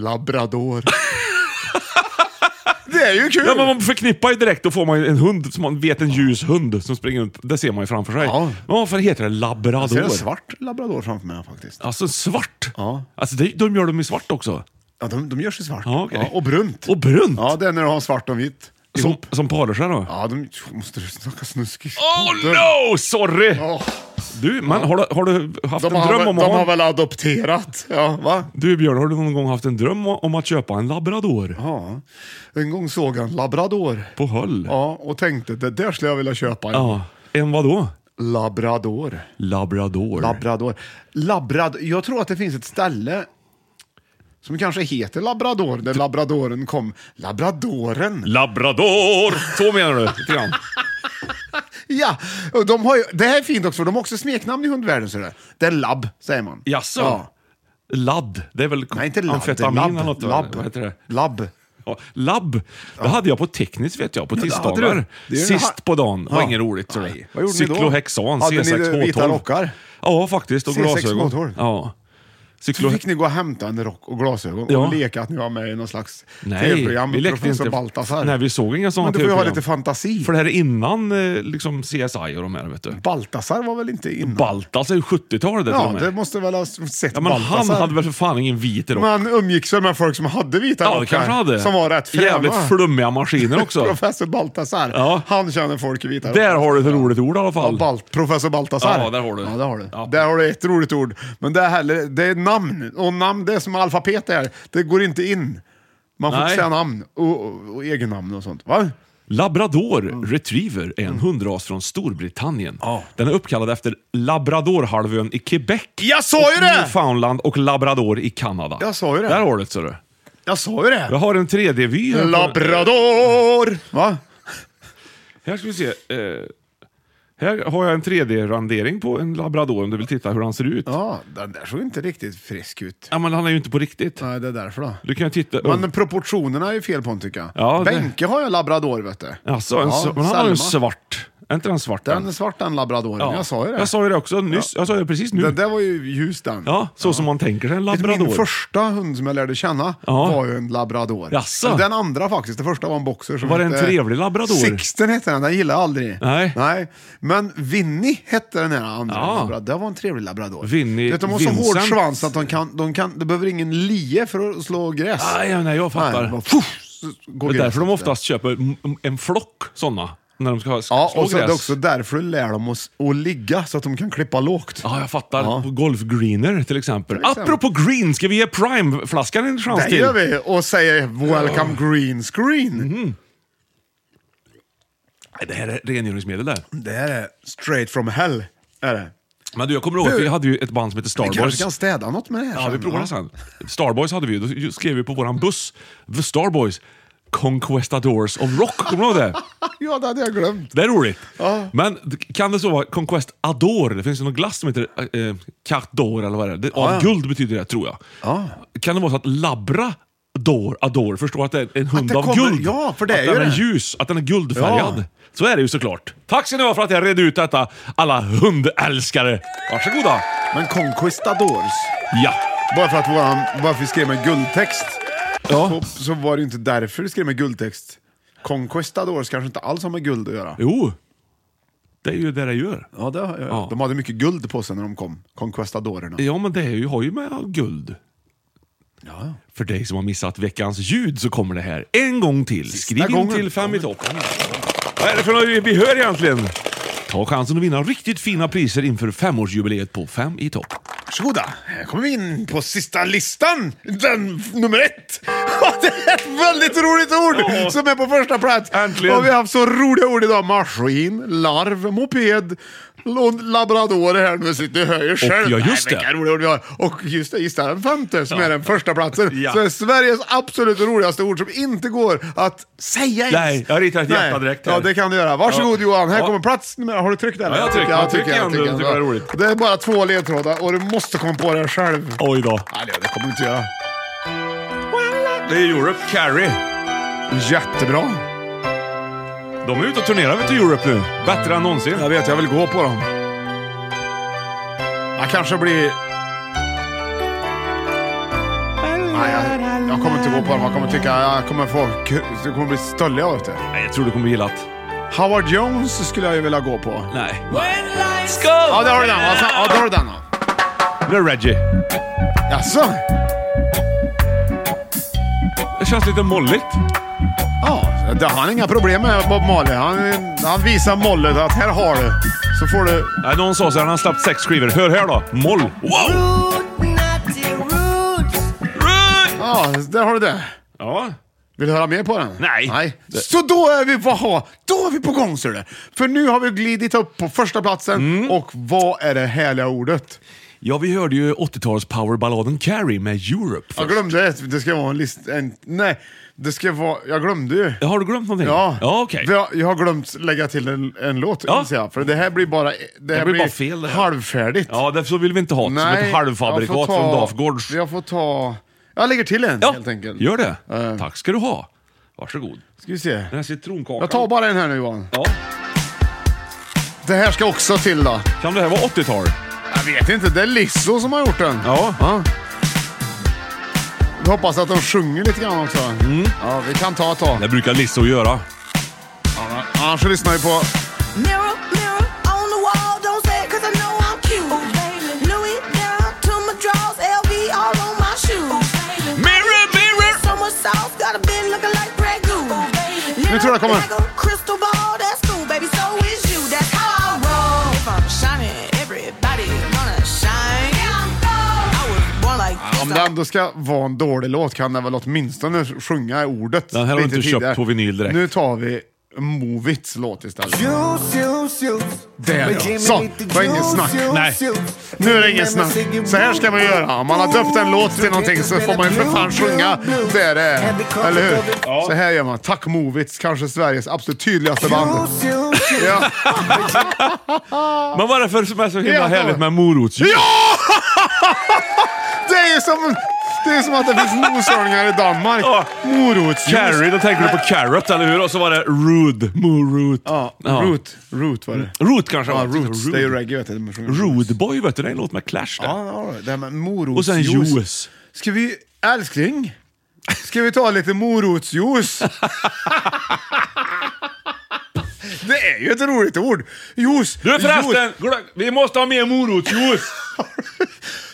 A: *laughs*
B: labrador. det är ju kul!
A: Ja, men man förknippar ju direkt, då får man ju en hund som man vet en ljus hund som springer runt. Det ser man ju framför sig.
B: Ja.
A: Men varför heter det labrador?
B: Jag ser en svart labrador framför mig faktiskt.
A: Alltså svart?
B: Ja.
A: Alltså det, de gör dem i svart också?
B: Ja, de, de gör sig svart.
A: Ja, okej.
B: och brunt.
A: Och brunt?
B: Ja, det är när du har svart och vitt.
A: Som,
B: ihop.
A: som parar sig då?
B: Ja, de måste du snacka snuskigt.
A: Oh no! Sorry!
B: Ja,
A: Du, men har, du, har du haft
B: de,
A: en
B: har
A: dröm
B: väl,
A: om
B: de
A: att ha
B: har
A: en...
B: väl adopterat? Ja, va?
A: Du Björn, har du någon gång haft en dröm o- om att köpa en labrador?
B: Ja. En gång såg jag en labrador.
A: På höll?
B: Ja, och tänkte det där skulle jag vilja köpa en.
A: Ja. En vadå?
B: Labrador.
A: Labrador.
B: Labrador. Labrad jag tror att det finns ett ställe som kanske heter labrador, där labradoren kom. Labradoren!
A: Labrador! Så menar du? Lite grann.
B: Ja, och de har ju, det här är fint också, för de har också smeknamn i hundvärlden. Så det, det är labb, säger man.
A: Jaså?
B: Ja.
A: Ladd? Det är väl
B: Nej, inte labb. det är
A: amfetamin
B: labb,
A: eller något? va?
B: Labb.
A: Vad heter det?
B: Labb.
A: Ja, labb. Det hade jag på tekniskt vet jag, på
B: det
A: tisdagar.
B: hade du. Det är ju en ha-
A: Sist på dagen. Det var
B: Ja.
A: inget roligt. tror jag.
B: Nej. Vad gjorde ni då?
A: Cyklohexan,
B: Hade ni
A: C6H12.
B: vita rockar?
A: Ja, faktiskt. Och
B: C6H12.
A: glasögon. Ja.
B: Så
A: Cyklo...
B: fick ni gå och hämta en rock och glasögon
A: Ja.
B: och leka att ni var med i någon slags
A: Nej,
B: tv-program.
A: vi
B: med
A: lekte
B: Professor
A: inte.
B: Baltasar.
A: Nej, vi såg inga sådana
B: Men du får ju ha
A: TV-program.
B: lite fantasi.
A: För det här är innan eh, liksom CSI och de här, vet du.
B: Baltasar var väl inte innan?
A: Baltas är ju 70-talet det
B: ja,
A: till och
B: det
A: med.
B: måste väl ha sett
A: Ja, men han
B: Baltasar.
A: hade väl för fan ingen vit rock?
B: Man umgicks väl med folk som hade vita
A: Ja, det
B: rockar.
A: kanske hade.
B: Som var rätt fräna.
A: Jävligt flummiga maskiner
B: *laughs*
A: också.
B: Professor Baltasar.
A: Ja.
B: Han känner folk i vita
A: Där har du ett
B: Ja.
A: roligt ord i alla
B: Ja,
A: fall.
B: Balt, professor Baltasar.
A: Ja, där har du.
B: Ja, där har du.
A: Ja.
B: Där har du ett roligt ord. Men det, är heller, det är namn. Och namn, det är som alfabet är. Det går inte in. Man får
A: Nej.
B: inte säga namn och, och, och egennamn och sånt. Va? Mm.
A: Labrador retriever är en hundras från Storbritannien. Den är uppkallad efter Labradorhalvön i Quebec.
B: Jag sa ju
A: och
B: det!
A: Newfoundland och Labrador i Kanada.
B: Jag sa ju det.
A: Där har du det, ser du.
B: Jag sa ju
A: Jag
B: det.
A: har en 3D-vy. här på-
B: Labrador! Va?
A: Här ska vi se. Eh, här har jag en 3D-rendering på en labrador om du vill titta hur han ser ut. Ja,
B: Ja, den där såg inte riktigt frisk ut.
A: men han är ju inte på riktigt.
B: Nej, det är därför då.
A: Du kan ju titta...
B: Men proportionerna är ju fel på den tycker jag.
A: Ja, det-
B: Benke har ju en labrador vet du.
A: Alltså, en, s- men han har ju
B: Selma.
A: en svart. Är inte den svart?
B: Den är svart den labradoren,
A: Ja.
B: jag sa ju det.
A: Jag sa ju det också nyss. Jag sa det precis nu.
B: Den där var ju ljus den.
A: Ja, så som man tänker sig en
B: Vet du,
A: labrador.
B: Min första hund som jag lärde känna
A: Ja.
B: var ju en labrador.
A: Jaså?
B: Men Den andra faktiskt, den första var en boxer. Som
A: Var det en
B: hette-
A: trevlig labrador?
B: Sixten hette den, den gillade jag aldrig.
A: Nej.
B: Nej. Men Winnie hette den här andra.
A: Ja.
B: labrador. Det var en trevlig labrador.
A: Winnie
B: Du vet, de har så
A: Vincent.
B: hård svans att de, kan, de, kan, de behöver ingen lie för att slå gräs.
A: Nej, ja, nej, jag fattar.
B: Nej, bara, fuff, så går
A: det är
B: gräset
A: därför de
B: där.
A: oftast köper m- en flock sådana. När de ska ha-
B: Ja,
A: slå
B: och så är
A: gräs.
B: det också därför du lär dem att, s- att ligga så att de kan klippa lågt.
A: Ja, jag fattar.
B: Ja.
A: På golfgreener till exempel.
B: Till exempel.
A: Apropå green, ska vi ge Prime-flaskan en chans
B: Det
A: till?
B: gör vi och säger “Welcome green screen”.
A: Nej, Det här är rengöringsmedel där.
B: Det här är straight from hell. Är det.
A: Men du, jag kommer ihåg att vi hade ju ett band som hette
B: Vi
A: Starboys.
B: kanske kan städa något med det här
A: Ja,
B: sen,
A: vi provar
B: va?
A: det sen. Starboys hade vi ju. Då skrev vi på våran buss, The Starboys, Conquestadors of Rock. Kommer du ihåg det?
B: *laughs* Ja, det hade jag glömt.
A: Det är roligt.
B: Ja.
A: Men kan det så vara Conquest Ador? Det finns ju någon glass som heter eh, Cartdor eller vad det är. Det, av
B: ja.
A: guld betyder det, tror jag. Kan det vara så att Labra Dor, Ador, förstår att det är en hund
B: det
A: av
B: kommer-
A: guld?
B: ja, för det
A: att
B: är ju
A: den är
B: det.
A: ljus, att den är guldfärgad.
B: Ja.
A: Så är det ju såklart. Tack ska ni ha för att jag redde ut detta, alla hundälskare. Varsågoda.
B: Men Conquistadors,
A: Ja.
B: bara för att våran, varför vi skrev med guldtext,
A: Ja.
B: så, så var det ju inte därför vi skrev med guldtext. Conquistadors kanske inte alls har med guld att göra.
A: Jo. Det är ju det det gör.
B: Ja, det, ja.
A: Ja.
B: De hade mycket guld på sig när de kom, Conquistadorerna.
A: Ja, men det är ju, har ju med guld. För dig som har missat veckans ljud så kommer det här en gång till. Skriv in
B: gången.
A: till Fem i topp. Vad är det för något vi hör egentligen? Ta chansen att vinna riktigt fina priser inför femårsjubileet på Fem i topp.
B: Varsågoda, här kommer vi in på sista listan. Den f- nummer ett. *laughs* Det är ett väldigt roligt ord som är på första plats. Äntligen. Och vi har haft så roliga ord idag. Maskin, larv, moped, och labrador här nu sitter du hör ju själv.
A: ja, just
B: Nej, vilka roliga ord vi har. Och just det, gissa den femte som
A: Ja.
B: är den första platsen.
A: Ja.
B: Så är Sveriges absolut roligaste ord som inte går att säga ens.
A: Nej, jag ritar ett
B: Nej.
A: hjärta direkt här.
B: Ja, det kan du göra. Varsågod
A: Ja.
B: Johan, här
A: Ja.
B: kommer plats nummer... Har du tryckt den?
A: Ja, jag trycker- jag trycker igen,
B: trycker
A: det var
B: den.
A: roligt.
B: Det är bara två ledtrådar och du måste komma på det själv.
A: Oj då.
B: Nej, det, det kommer du inte göra.
A: Det är Europe, Carrie.
B: Jättebra.
A: De är ute och turnerar vet du, Europe nu. Bättre än någonsin.
B: Jag vet, jag vill gå på dem. Jag kanske blir... Nej, jag, jag kommer inte gå på dem. Jag kommer tycka... Jag kommer få... Det kommer bli stölliga av det.
A: Nej, jag tror du kommer gilla det.
B: Howard Jones skulle jag ju vilja gå på.
A: Nej.
B: Ja, där har du den. va? Ja, där har du den. va?
A: Det är Reggie.
B: Jaså?
A: Det känns lite molligt.
B: Ja, det har han inga problem med, Bob Marley. Han, han visar mollet att här har du. Så får du...
A: Nej, någon sa så här, han har släppt sex skivor. Hör här då. Moll. Wow!
B: Ja, där har du det.
A: Ja.
B: Vill du höra mer på den?
A: Nej.
B: Nej. Så då är vi, vaha, då är vi på gång ser du. För nu har vi glidit upp på första platsen
A: Mm.
B: och vad är det härliga ordet?
A: Ja, vi hörde ju 80-tals powerballaden Carrie med Europe.
B: Jag glömde ett, det ska vara en list... En, nej, det ska vara... Jag glömde ju.
A: Har du glömt någonting?
B: Ja,
A: Ja, okej.
B: För jag, jag har glömt lägga till en, en låt
A: Ja.
B: inser jag. För det här blir bara, det här
A: blir bara fel, det här.
B: halvfärdigt.
A: Ja, därför så vill vi inte ha det. Som ett halvfabrikat
B: jag får
A: från Dafgårds.
B: Jag får ta... Jag lägger till en
A: Ja,
B: helt enkelt.
A: gör det. Tack ska du ha. Varsågod.
B: Ska vi se.
A: Den här citronkakan.
B: Jag tar bara en här nu Johan.
A: Ja.
B: Det här ska också till då.
A: Kan det här vara 80-tal?
B: Jag vet inte, det är Lizzo som har gjort den.
A: Ja.
B: Jag hoppas att de sjunger lite grann också. Ja, vi kan ta ett tag.
A: Det brukar Lizzo göra.
B: Ja, Annars så lyssnar vi på...
I: Mirror, mirror on the wall, don't say it 'cause I know I'm cute.
J: Oh,
I: Louis down to my drawers, LV all on my shoes.
A: Mirror, mirror.
I: So much sauce, got a bin looking like Grey Goo.
B: Nu tror jag kommer.
I: Like a crystal ball, that's cool, baby, so is you. That's how I roll. If I'm shining, everybody wanna shine. Yeah, I'm gold. I was born like
B: Om det ändå ska vara en dålig låt kan det väl åtminstone sjunga ordet
A: Den här har du
B: lite
A: inte köpt
B: tidigare.
A: på vinyl direkt.
B: Nu tar vi Move It's låt istället.
H: Juice, juice, juice.
B: Där ja. Så, det var inget snack.
A: Nej.
B: Nu är det inget snack. Så här ska man göra. Om man har döpt en låt till någonting så får man ju för fan sjunga det det är. Eller hur? Så här gör man. Tack Movits, kanske Sveriges absolut tydligaste band. Ja!
A: Men vad är det för som är så himla
B: Ja,
A: härligt
B: då.
A: med morotsljud?
B: ja! Det är ju som, det är som att det finns noshörningar i Danmark.
A: Ja.
B: Morotsljus.
A: Carrie, då tänker du på carrot, eller hur? Och så var det rude, morot.
B: Ja, Root. Root var det.
A: Mm, Root kanske
B: Ja,
A: var.
B: Roots. Det är ju reggae vet du. De sjunger
A: Rude Boy vet du, det är en låt med Clash där.
B: Ja, ja, det här med morotsjuice.
A: Och sen juice.
B: Ska vi, älskling, ska vi ta lite morotsjuice? *laughs* det är ju ett roligt ord. Juice.
A: Du förresten,
B: juice.
A: glö- vi måste ha mer morotsjuice!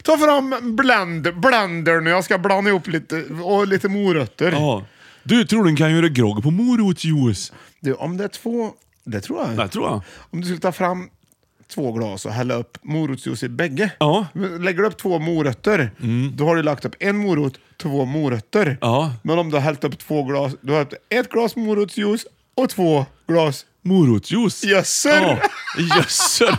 B: Ta fram blend, blendern och jag ska blanda ihop lite, och lite morötter.
A: ja. Du tror du kan göra grogg på morotsjuice?
B: Du, om det är två, det tror jag.
A: Det tror jag.
B: Om du skulle ta fram två glas och hälla upp morotsjuice i bägge.
A: Ja. Mm.
B: Men Lägger du upp två morötter, då har du lagt upp en morot, två morötter.
A: Ja.
B: Men om du har hällt upp två glas, då har du upp ett glas morotsjuice och två glas
A: Morotsjuice.
B: Jösser!
A: Ja. Jösser!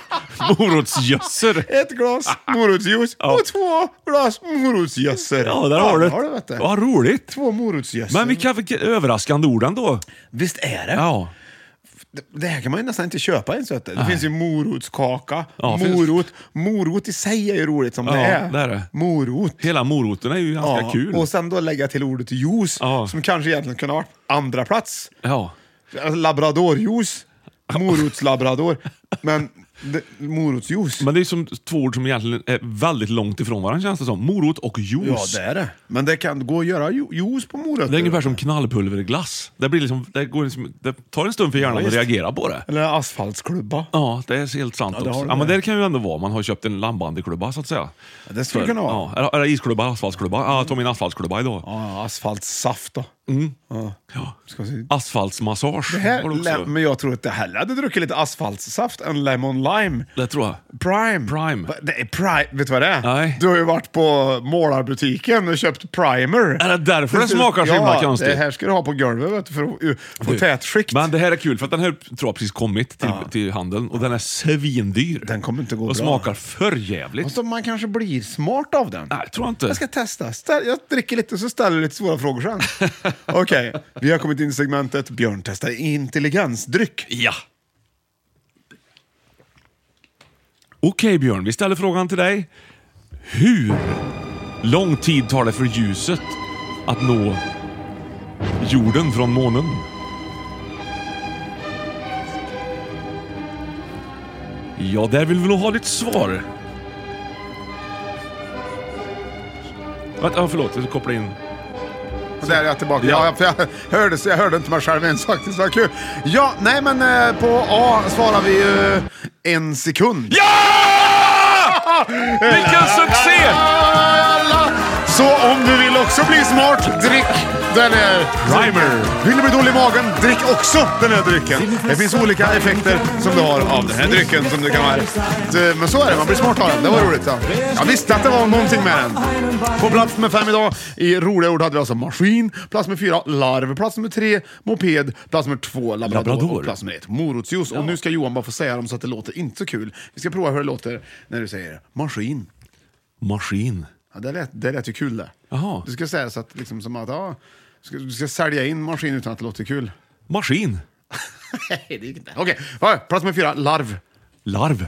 A: Morotsjösser!
B: *laughs* Ett glas morotsjuice och två glas morotsjösser.
A: Ja, där har du.
B: har du vet du.
A: Vad roligt!
B: Två morotsjösser.
A: Men vilka, vilka överraskande ord ändå.
B: Visst är det?
A: Ja.
B: Det här kan man ju nästan inte köpa ens. Vet du. Det finns ju morotskaka,
A: Ja, finns-
B: morot. Morot i sig är ju roligt som det
A: Ja,
B: är.
A: det är det.
B: Morot.
A: Hela moroten är ju ganska
B: Ja,
A: kul.
B: Och sen då lägga till ordet juice,
A: Ja.
B: som kanske egentligen kunde ha varit andra plats.
A: Ja.
B: Alltså, Labradorjuice, morotslabrador. Men morotsjuice.
A: Men det är som två ord som egentligen är väldigt långt ifrån varandra känns det som. Morot och juice.
B: Ja, det är det. Men det kan gå att göra ju- juice på morötter.
A: Det är ungefär som knallpulver i glass. Det, blir liksom, det, går liksom, det tar en stund för hjärnan
B: Ja,
A: att
B: just.
A: reagera på det.
B: Eller asfaltsklubba.
A: Ja, det är helt sant
B: Ja, det har
A: också.
B: du
A: Ja, men
B: det.
A: det kan ju ändå vara. Man har köpt en landbandyklubba så att säga.
B: det skulle
A: För-
B: kunna vara.
A: Ja, eller, eller isklubba, asfaltsklubba. Ja, jag tog min asfaltsklubba idag.
B: Ja, asfaltssaft då.
A: Mm.
B: Ja. Ska vi se.
A: Asfaltsmassage.
B: Det här,
A: har du också.
B: lem- men jag tror att det hellre hade druckit lite asfaltssaft än lemon lime.
A: Det tror jag.
B: Prime.
A: Prime.
B: Det är prime. Vet du vad det är?
A: Nej.
B: Du har ju varit på målarbutiken och köpt primer.
A: Är det därför det smakar så
B: ja,
A: himla konstigt?
B: det här ska du ha på golvet vet du, för att uh, få
A: Du,
B: tät skikt.
A: Men det här är kul för att den här tror jag precis kommit till, till handeln och den är svindyr. Den
B: kommer inte gå
A: Och
B: bra.
A: smakar för jävligt.
B: Alltså, man kanske blir smart av den.
A: Nej, tror jag inte.
B: Jag ska testa. Ställ, jag dricker lite så ställer jag lite svåra frågor sen.
A: *laughs*
B: Okej, vi har kommit in i segmentet Björn testar intelligensdryck.
A: Ja. Okej Björn, vi ställer frågan till dig. Hur lång tid tar det för ljuset att nå jorden från månen? Ja, där vill vi nog ha ditt svar. Vänta, ja, förlåt, jag ska koppla in.
B: Och Där är jag tillbaka. Ja. för jag, hörde, så jag hörde inte mig själv ens faktiskt. Vad kul. Ja, nej men eh, på A svarar vi ju en sekund. *laughs* Ja!
A: Vilken succé!
B: Så om du vill också bli smart, drick den här.
A: Primer.
B: Vill du bli dålig i magen, drick också den här drycken. Det finns olika effekter som du har av den här drycken som du kan ha. här. Du, Men så är det, man blir smart av den. Det var roligt. Ja. Jag visste att det var någonting med den. På plats med fem idag i roliga ord hade vi alltså maskin, plats med fyra larv, plats med tre moped, plats med två labrador,
A: Labrador.
B: och plats med ett morotsjuice. Och nu ska Johan bara få säga dem så att det låter inte så kul. Vi ska prova hur det låter när du säger maskin.
A: Maskin.
B: Ja, det, lät, det lät ju kul det.
A: Jaha.
B: Du ska säga så att, liksom, som att ja, du, ska, du ska sälja in maskin utan att det låter kul.
A: Maskin.
B: Nej, det gick inte. Okej, ja, plats med fyra, larv.
A: Larv.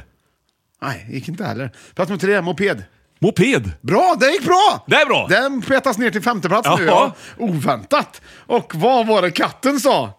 B: Nej, det gick inte heller. Plats med tre, moped.
A: Moped.
B: Bra, det gick bra!
A: Det är bra.
B: Den petas ner till femte plats nu. Ja.
A: Jaha.
B: Oväntat. Och vad var det katten sa?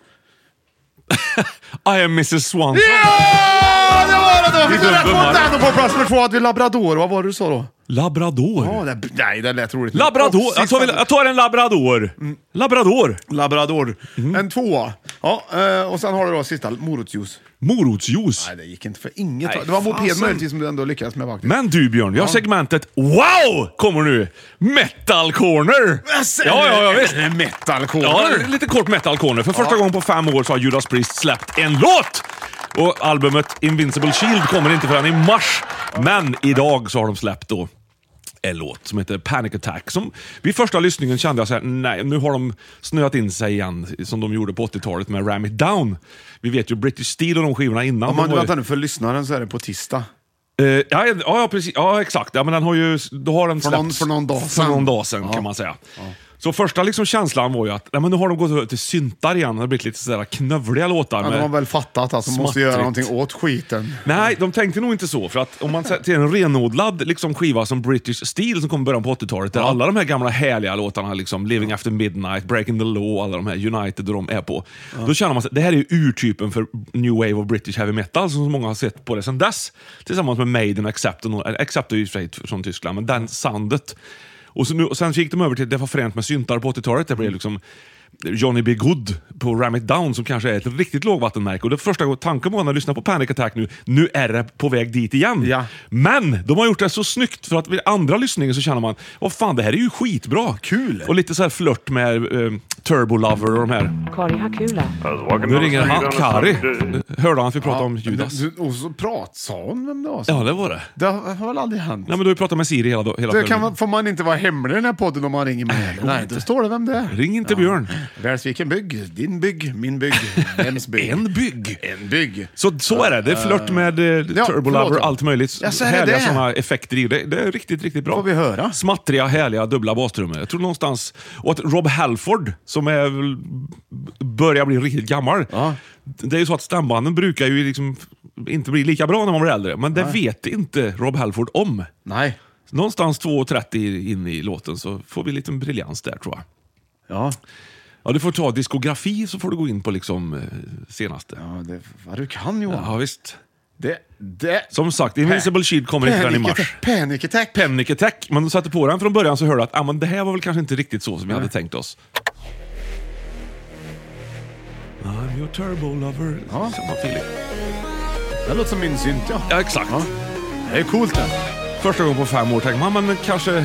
A: I am Mrs Swanson.
B: Ja, det var det! Det var
A: Vi
B: fick du rätt
A: dubbelbommar.
B: mot den! Och på plats med två hade vi labrador. Vad var det du sa då?
A: Labrador.
B: Ja, det, nej, det lät roligt.
A: Labrador. alltså,
B: Och
A: Jag tar,
B: sista-
A: jag tar en labrador. Labrador.
B: Labrador.
A: Mhm.
B: En tvåa. Ja, eh, och sen har du då sista, morotsjuice.
A: Morotsjuice.
B: Nej, det gick inte för inget.
A: Nej,
B: det var moped
A: fasen.
B: möjligtvis som du ändå lyckades med faktiskt.
A: Men du Björn, vi har
B: Ja.
A: segmentet Wow! Kommer nu. Metal corner.
B: Alltså,
A: Ja, ja, ja visst.
B: är det Metal corner.
A: Ja, lite kort metal corner. För första gången på fem år så har Judas Priest släppt en låt! Och albumet Invincible Shield kommer inte förrän i mars. Men idag så har de släppt då en låt som heter Panic Attack. Som vid första lyssningen kände jag så här, nej nu har de snöat in sig igen som de gjorde på 80-talet med Ram It Down. Vi vet ju British Steel och de skivorna innan.
B: Om man
A: de var ju-
B: väntar nu för lyssnaren så är det på tisdag.
A: Eh, ja, ja, ja, precis. Ja, exakt. Ja, men den har ju, då har den
B: För någon-
A: släppts
B: för någon dag
A: För
B: sedan.
A: någon dag sedan, kan man säga. Så första liksom känslan var ju att nej, men nu har de gått över till syntar igen. Det har blivit lite sådär knövliga låtar.
B: Men de
A: med-
B: har väl fattat att de måste
A: smattrigt.
B: göra någonting åt skiten.
A: Nej, de tänkte nog inte så. För att om man ser till en renodlad liksom, skiva som British Steel som kom i början på 80-talet, där alla de här gamla härliga låtarna, liksom, Living After Midnight, Breaking the Law, alla de här United och de är på. Då känner man att det här är ju urtypen för New Wave och British Heavy Metal som så många har sett på det sedan dess. Tillsammans med Maiden och Accept, och, några- eller Accept är ju i och för sig från Tyskland, men den soundet. Och, så nu, och sen gick de över till det var fränt med syntar på 80-talet. Det blev liksom Johnny B. Good på Ram It Down som kanske är ett riktigt lågvattenmärke. Och det första gången tanken var när jag lyssnade på Panic Attack nu, nu är det på väg dit igen.
B: Ja.
A: Men de har gjort det så snyggt för att vid andra lyssningen så känner man, vad fan det här är ju skitbra. Kul! Och lite så här flört med eh, Turbo Lover och de här.
K: Kari har kul här.
A: Nu ringer han, Kari. Hörde han att vi pratade om Judas?
B: Du- Och så prat, sa hon vem det var?
A: Ja, det var det.
B: Det har har väl aldrig hänt?
A: Nej men du har ju pratat med Siri hela, dag- hela
B: Det kan,
A: kvällen.
B: man- får man inte vara hemlig i den här podden om man ringer mig? Nej, då står det vem det är.
A: Ring inte Björn.
B: Välsviken bygg, din bygg, min bygg, vems bygg?
A: En bygg!
B: En bygg.
A: Så, så är det. Det är flört med eh, Turbo
B: förlåt.
A: Lover, allt möjligt.
B: Ja, så är det
A: härliga
B: det.
A: sådana effekter i det. Det är riktigt, riktigt bra.
B: Får vi höra?
A: Smattriga, härliga, dubbla bastrummor. Jag tror någonstans... Och att Rob Halford, som är, väl- börjar bli riktigt gammal. Det är ju så att stambanden brukar ju liksom inte bli lika bra när man blir äldre. Men det vet inte Rob Halford om.
B: Nej.
A: Någonstans 2.30 in i låten så får vi en liten briljans där tror jag.
B: Ja.
A: Ja, du får ta diskografi så får du gå in på liksom eh, senaste.
B: ja, det vad du kan Johan.
A: Ja, visst.
B: Det, det.
A: Som sagt, Invincible Shield kommer inte förrän i
B: Panic
A: mars.
B: Panic attack.
A: Panic attack. Men du satte på den från början så hörde du att ah, men det här var väl kanske inte riktigt så som vi hade tänkt oss. I'm your turbo lover. Ja. Samma feeling.
B: Det låter som min synt ja.
A: Ja, exakt.
B: Det är coolt det.
A: Första gången på fem år tänkte man, men kanske...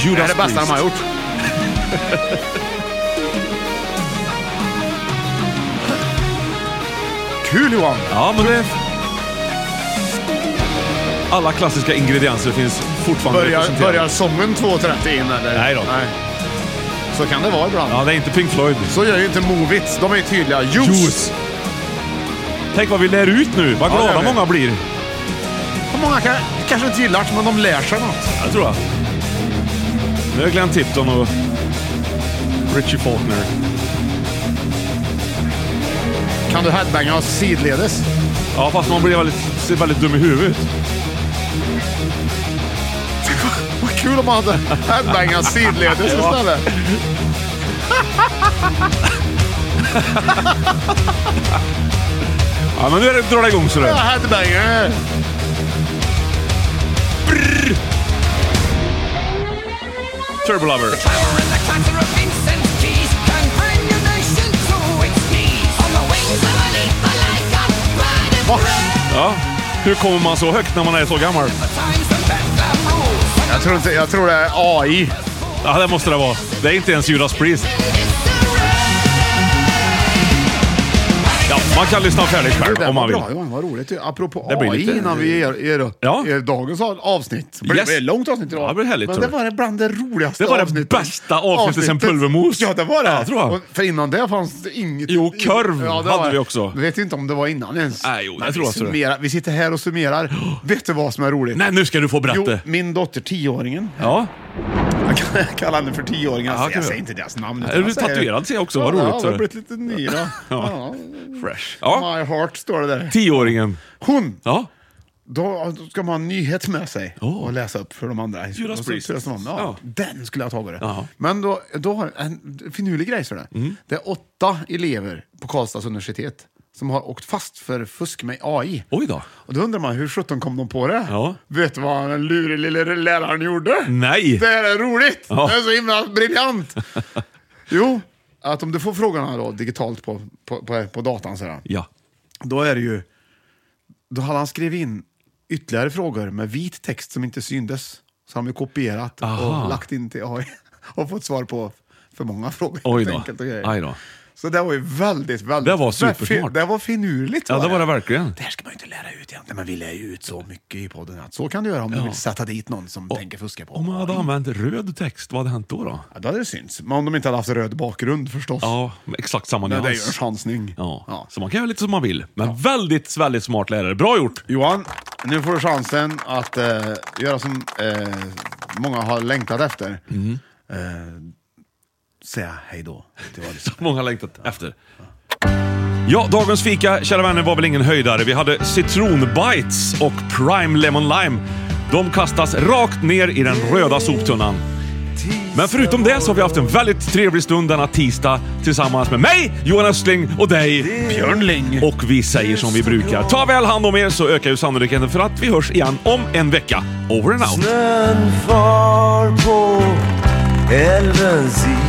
A: Judas
B: det är det bästa
A: Priest.
B: de har gjort. Kul Johan!
A: Ja, men det... Alla klassiska ingredienser finns fortfarande
B: Börjar,
A: representerade.
B: börjar sången 2.30 in eller?
A: Nej då.
B: Så kan det vara ibland.
A: Ja, det är inte Pink Floyd.
B: Så gör ju inte Movits. De är ju tydliga. Juice!
A: Juice. Tänk vad vi lär ut nu. Vad
B: Ja, det
A: glada
B: gör vi.
A: många blir.
B: Många kan, kanske inte gillar det, men de lär sig något.
A: Jag tror jag. Nu är Glenn Tipton och Richie Faulkner.
B: Kan du headbanga oss sidledes? *laughs*
A: Ja, fast man blir väldigt, ser väldigt dum i huvudet.
B: Vad kul om man hade headbangat sidledes
A: Ja.
B: istället.
A: Ja, men nu är det, drar det igång så
B: Ja,
A: det.
B: headbanger!
A: Turbo Lover.
B: Va?
A: Ja. Hur kommer man så högt när man är så gammal?
B: Jag tror, inte, jag tror det är AI.
A: Ja, det måste det vara. Det är inte ens Judas Priest. Ja, man kan lyssna färdigt
B: Det
A: själv
B: där
A: om
B: var
A: man vill.
B: bra Johan, vad roligt. Apropå
A: Det blir
B: AI
A: lite-
B: innan vi ger, ger,
A: Ja.
B: ger dagens av- avsnitt. Det blev
A: Yes.
B: ett långt avsnitt idag.
A: Ja, det blir härligt,
B: Men
A: tror
B: det
A: jag.
B: var det bland det roligaste
A: Det var det
B: avsnittet.
A: bästa avsnittet sen Pulvermos.
B: Ja, det var det.
A: Ja, tror jag.
B: Och för innan det fanns det inget.
A: Jo, korv
B: det
A: hade
B: var-
A: vi också.
B: Jag vet inte om det var innan ens.
A: Nej, jo, det
B: Men
A: tror jag,
B: vi,
A: tror jag.
B: summerar, vi sitter här
A: *gasps*
B: och summerar. Vet du vad som är roligt?
A: Nej, nu ska du få
B: Jo,
A: berätta.
B: min dotter, tioåringen.
A: Ja.
B: Jag kallar henne för tioåringen.
A: Ja, kan
B: Jag, jag
A: vi.
B: säger inte deras namn.
A: Är
B: utan jag
A: du
B: säger-
A: tatuerad ser jag också, vad roligt,
B: Ja,
A: så
B: jag har
A: det.
B: blivit lite nyra.
A: *laughs* Ja.
B: Ja.
A: Fresh. Ja.
B: My heart står det där.
A: Tioåringen.
B: Hon!
A: Ja.
B: Då då ska man ha en nyhet med sig och läsa upp för de andra.
A: Judas
B: Och så-
A: Priest.
B: så- så- Ja,
A: Ja.
B: Den skulle jag ha tagit.
A: Ja.
B: Men då, då har en finurlig grej. Så det.
A: Mm.
B: det är åtta elever på Karlstads universitet som har åkt fast för fusk med AI.
A: Oj då.
B: Och då undrar man hur sjutton kom de på det?
A: Ja.
B: Vet du vad den lure lille läraren gjorde?
A: Nej.
B: Det här är roligt!
A: Ja.
B: Det är så himla
A: *laughs*
B: briljant! jo, att om du får frågorna då, digitalt på, på, på, på datan så här,
A: Ja.
B: då är det ju... Då hade han skrivit in ytterligare frågor med vit text som inte syndes. Så han har ju kopierat
A: Aha.
B: och lagt in till AI *laughs* och fått svar på för många frågor.
A: Oj
B: helt
A: då.
B: enkelt och grejer.
A: Aj då.
B: Så det var ju väldigt, väldigt...
A: Det var supersmart.
B: Det var finurligt.
A: Ja, det var det verkligen.
B: Det här ska man ju inte lära ut egentligen, men vi lär ju ut så mycket i podden att så kan du göra om du vill sätta dit någon som tänker fuska på
A: Om man hade använt röd text, vad hade hänt då? då?
B: Ja, då hade det synts. Men om de inte hade haft röd bakgrund förstås.
A: Ja, med exakt samma
B: Men
A: nyans.
B: det är ju en chansning.
A: Ja.
B: Ja.
A: Så man kan göra lite som man vill. Men väldigt, väldigt smart lärare. Bra gjort!
B: Johan, nu får du chansen att eh, göra som eh, många har längtat efter. Eh, säga hej då till våra lyssnare.
A: Många har längtat efter. Ja, dagens fika, kära vänner, var väl ingen höjdare. Vi hade citronbites och prime lemon lime. De kastas rakt ner i den röda soptunnan. Men förutom det så har vi haft en väldigt trevlig stund denna tisdag tillsammans med mig, Johan Östling och dig, Björn Ling. Och vi säger som vi brukar, ta väl hand om er så ökar ju sannolikheten för att vi hörs igen om en vecka. Over and out!
K: Snön far på älvens is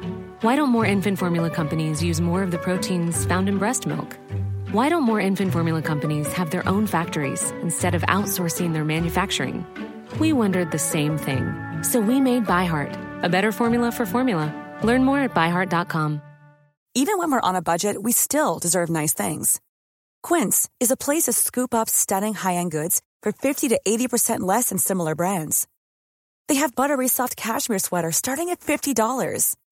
L: Why don't more infant formula companies use more of the proteins found in breast milk? Why don't more infant formula companies have their own factories instead of outsourcing their manufacturing? We wondered the same thing. So we made ByHeart, a better formula for formula. Learn more at byheart.com.
M: Even when we're on a budget, we still deserve nice things. Quince is a place to scoop up stunning high-end goods for 50 to 80% less than similar brands. They have buttery soft cashmere sweaters starting at $50,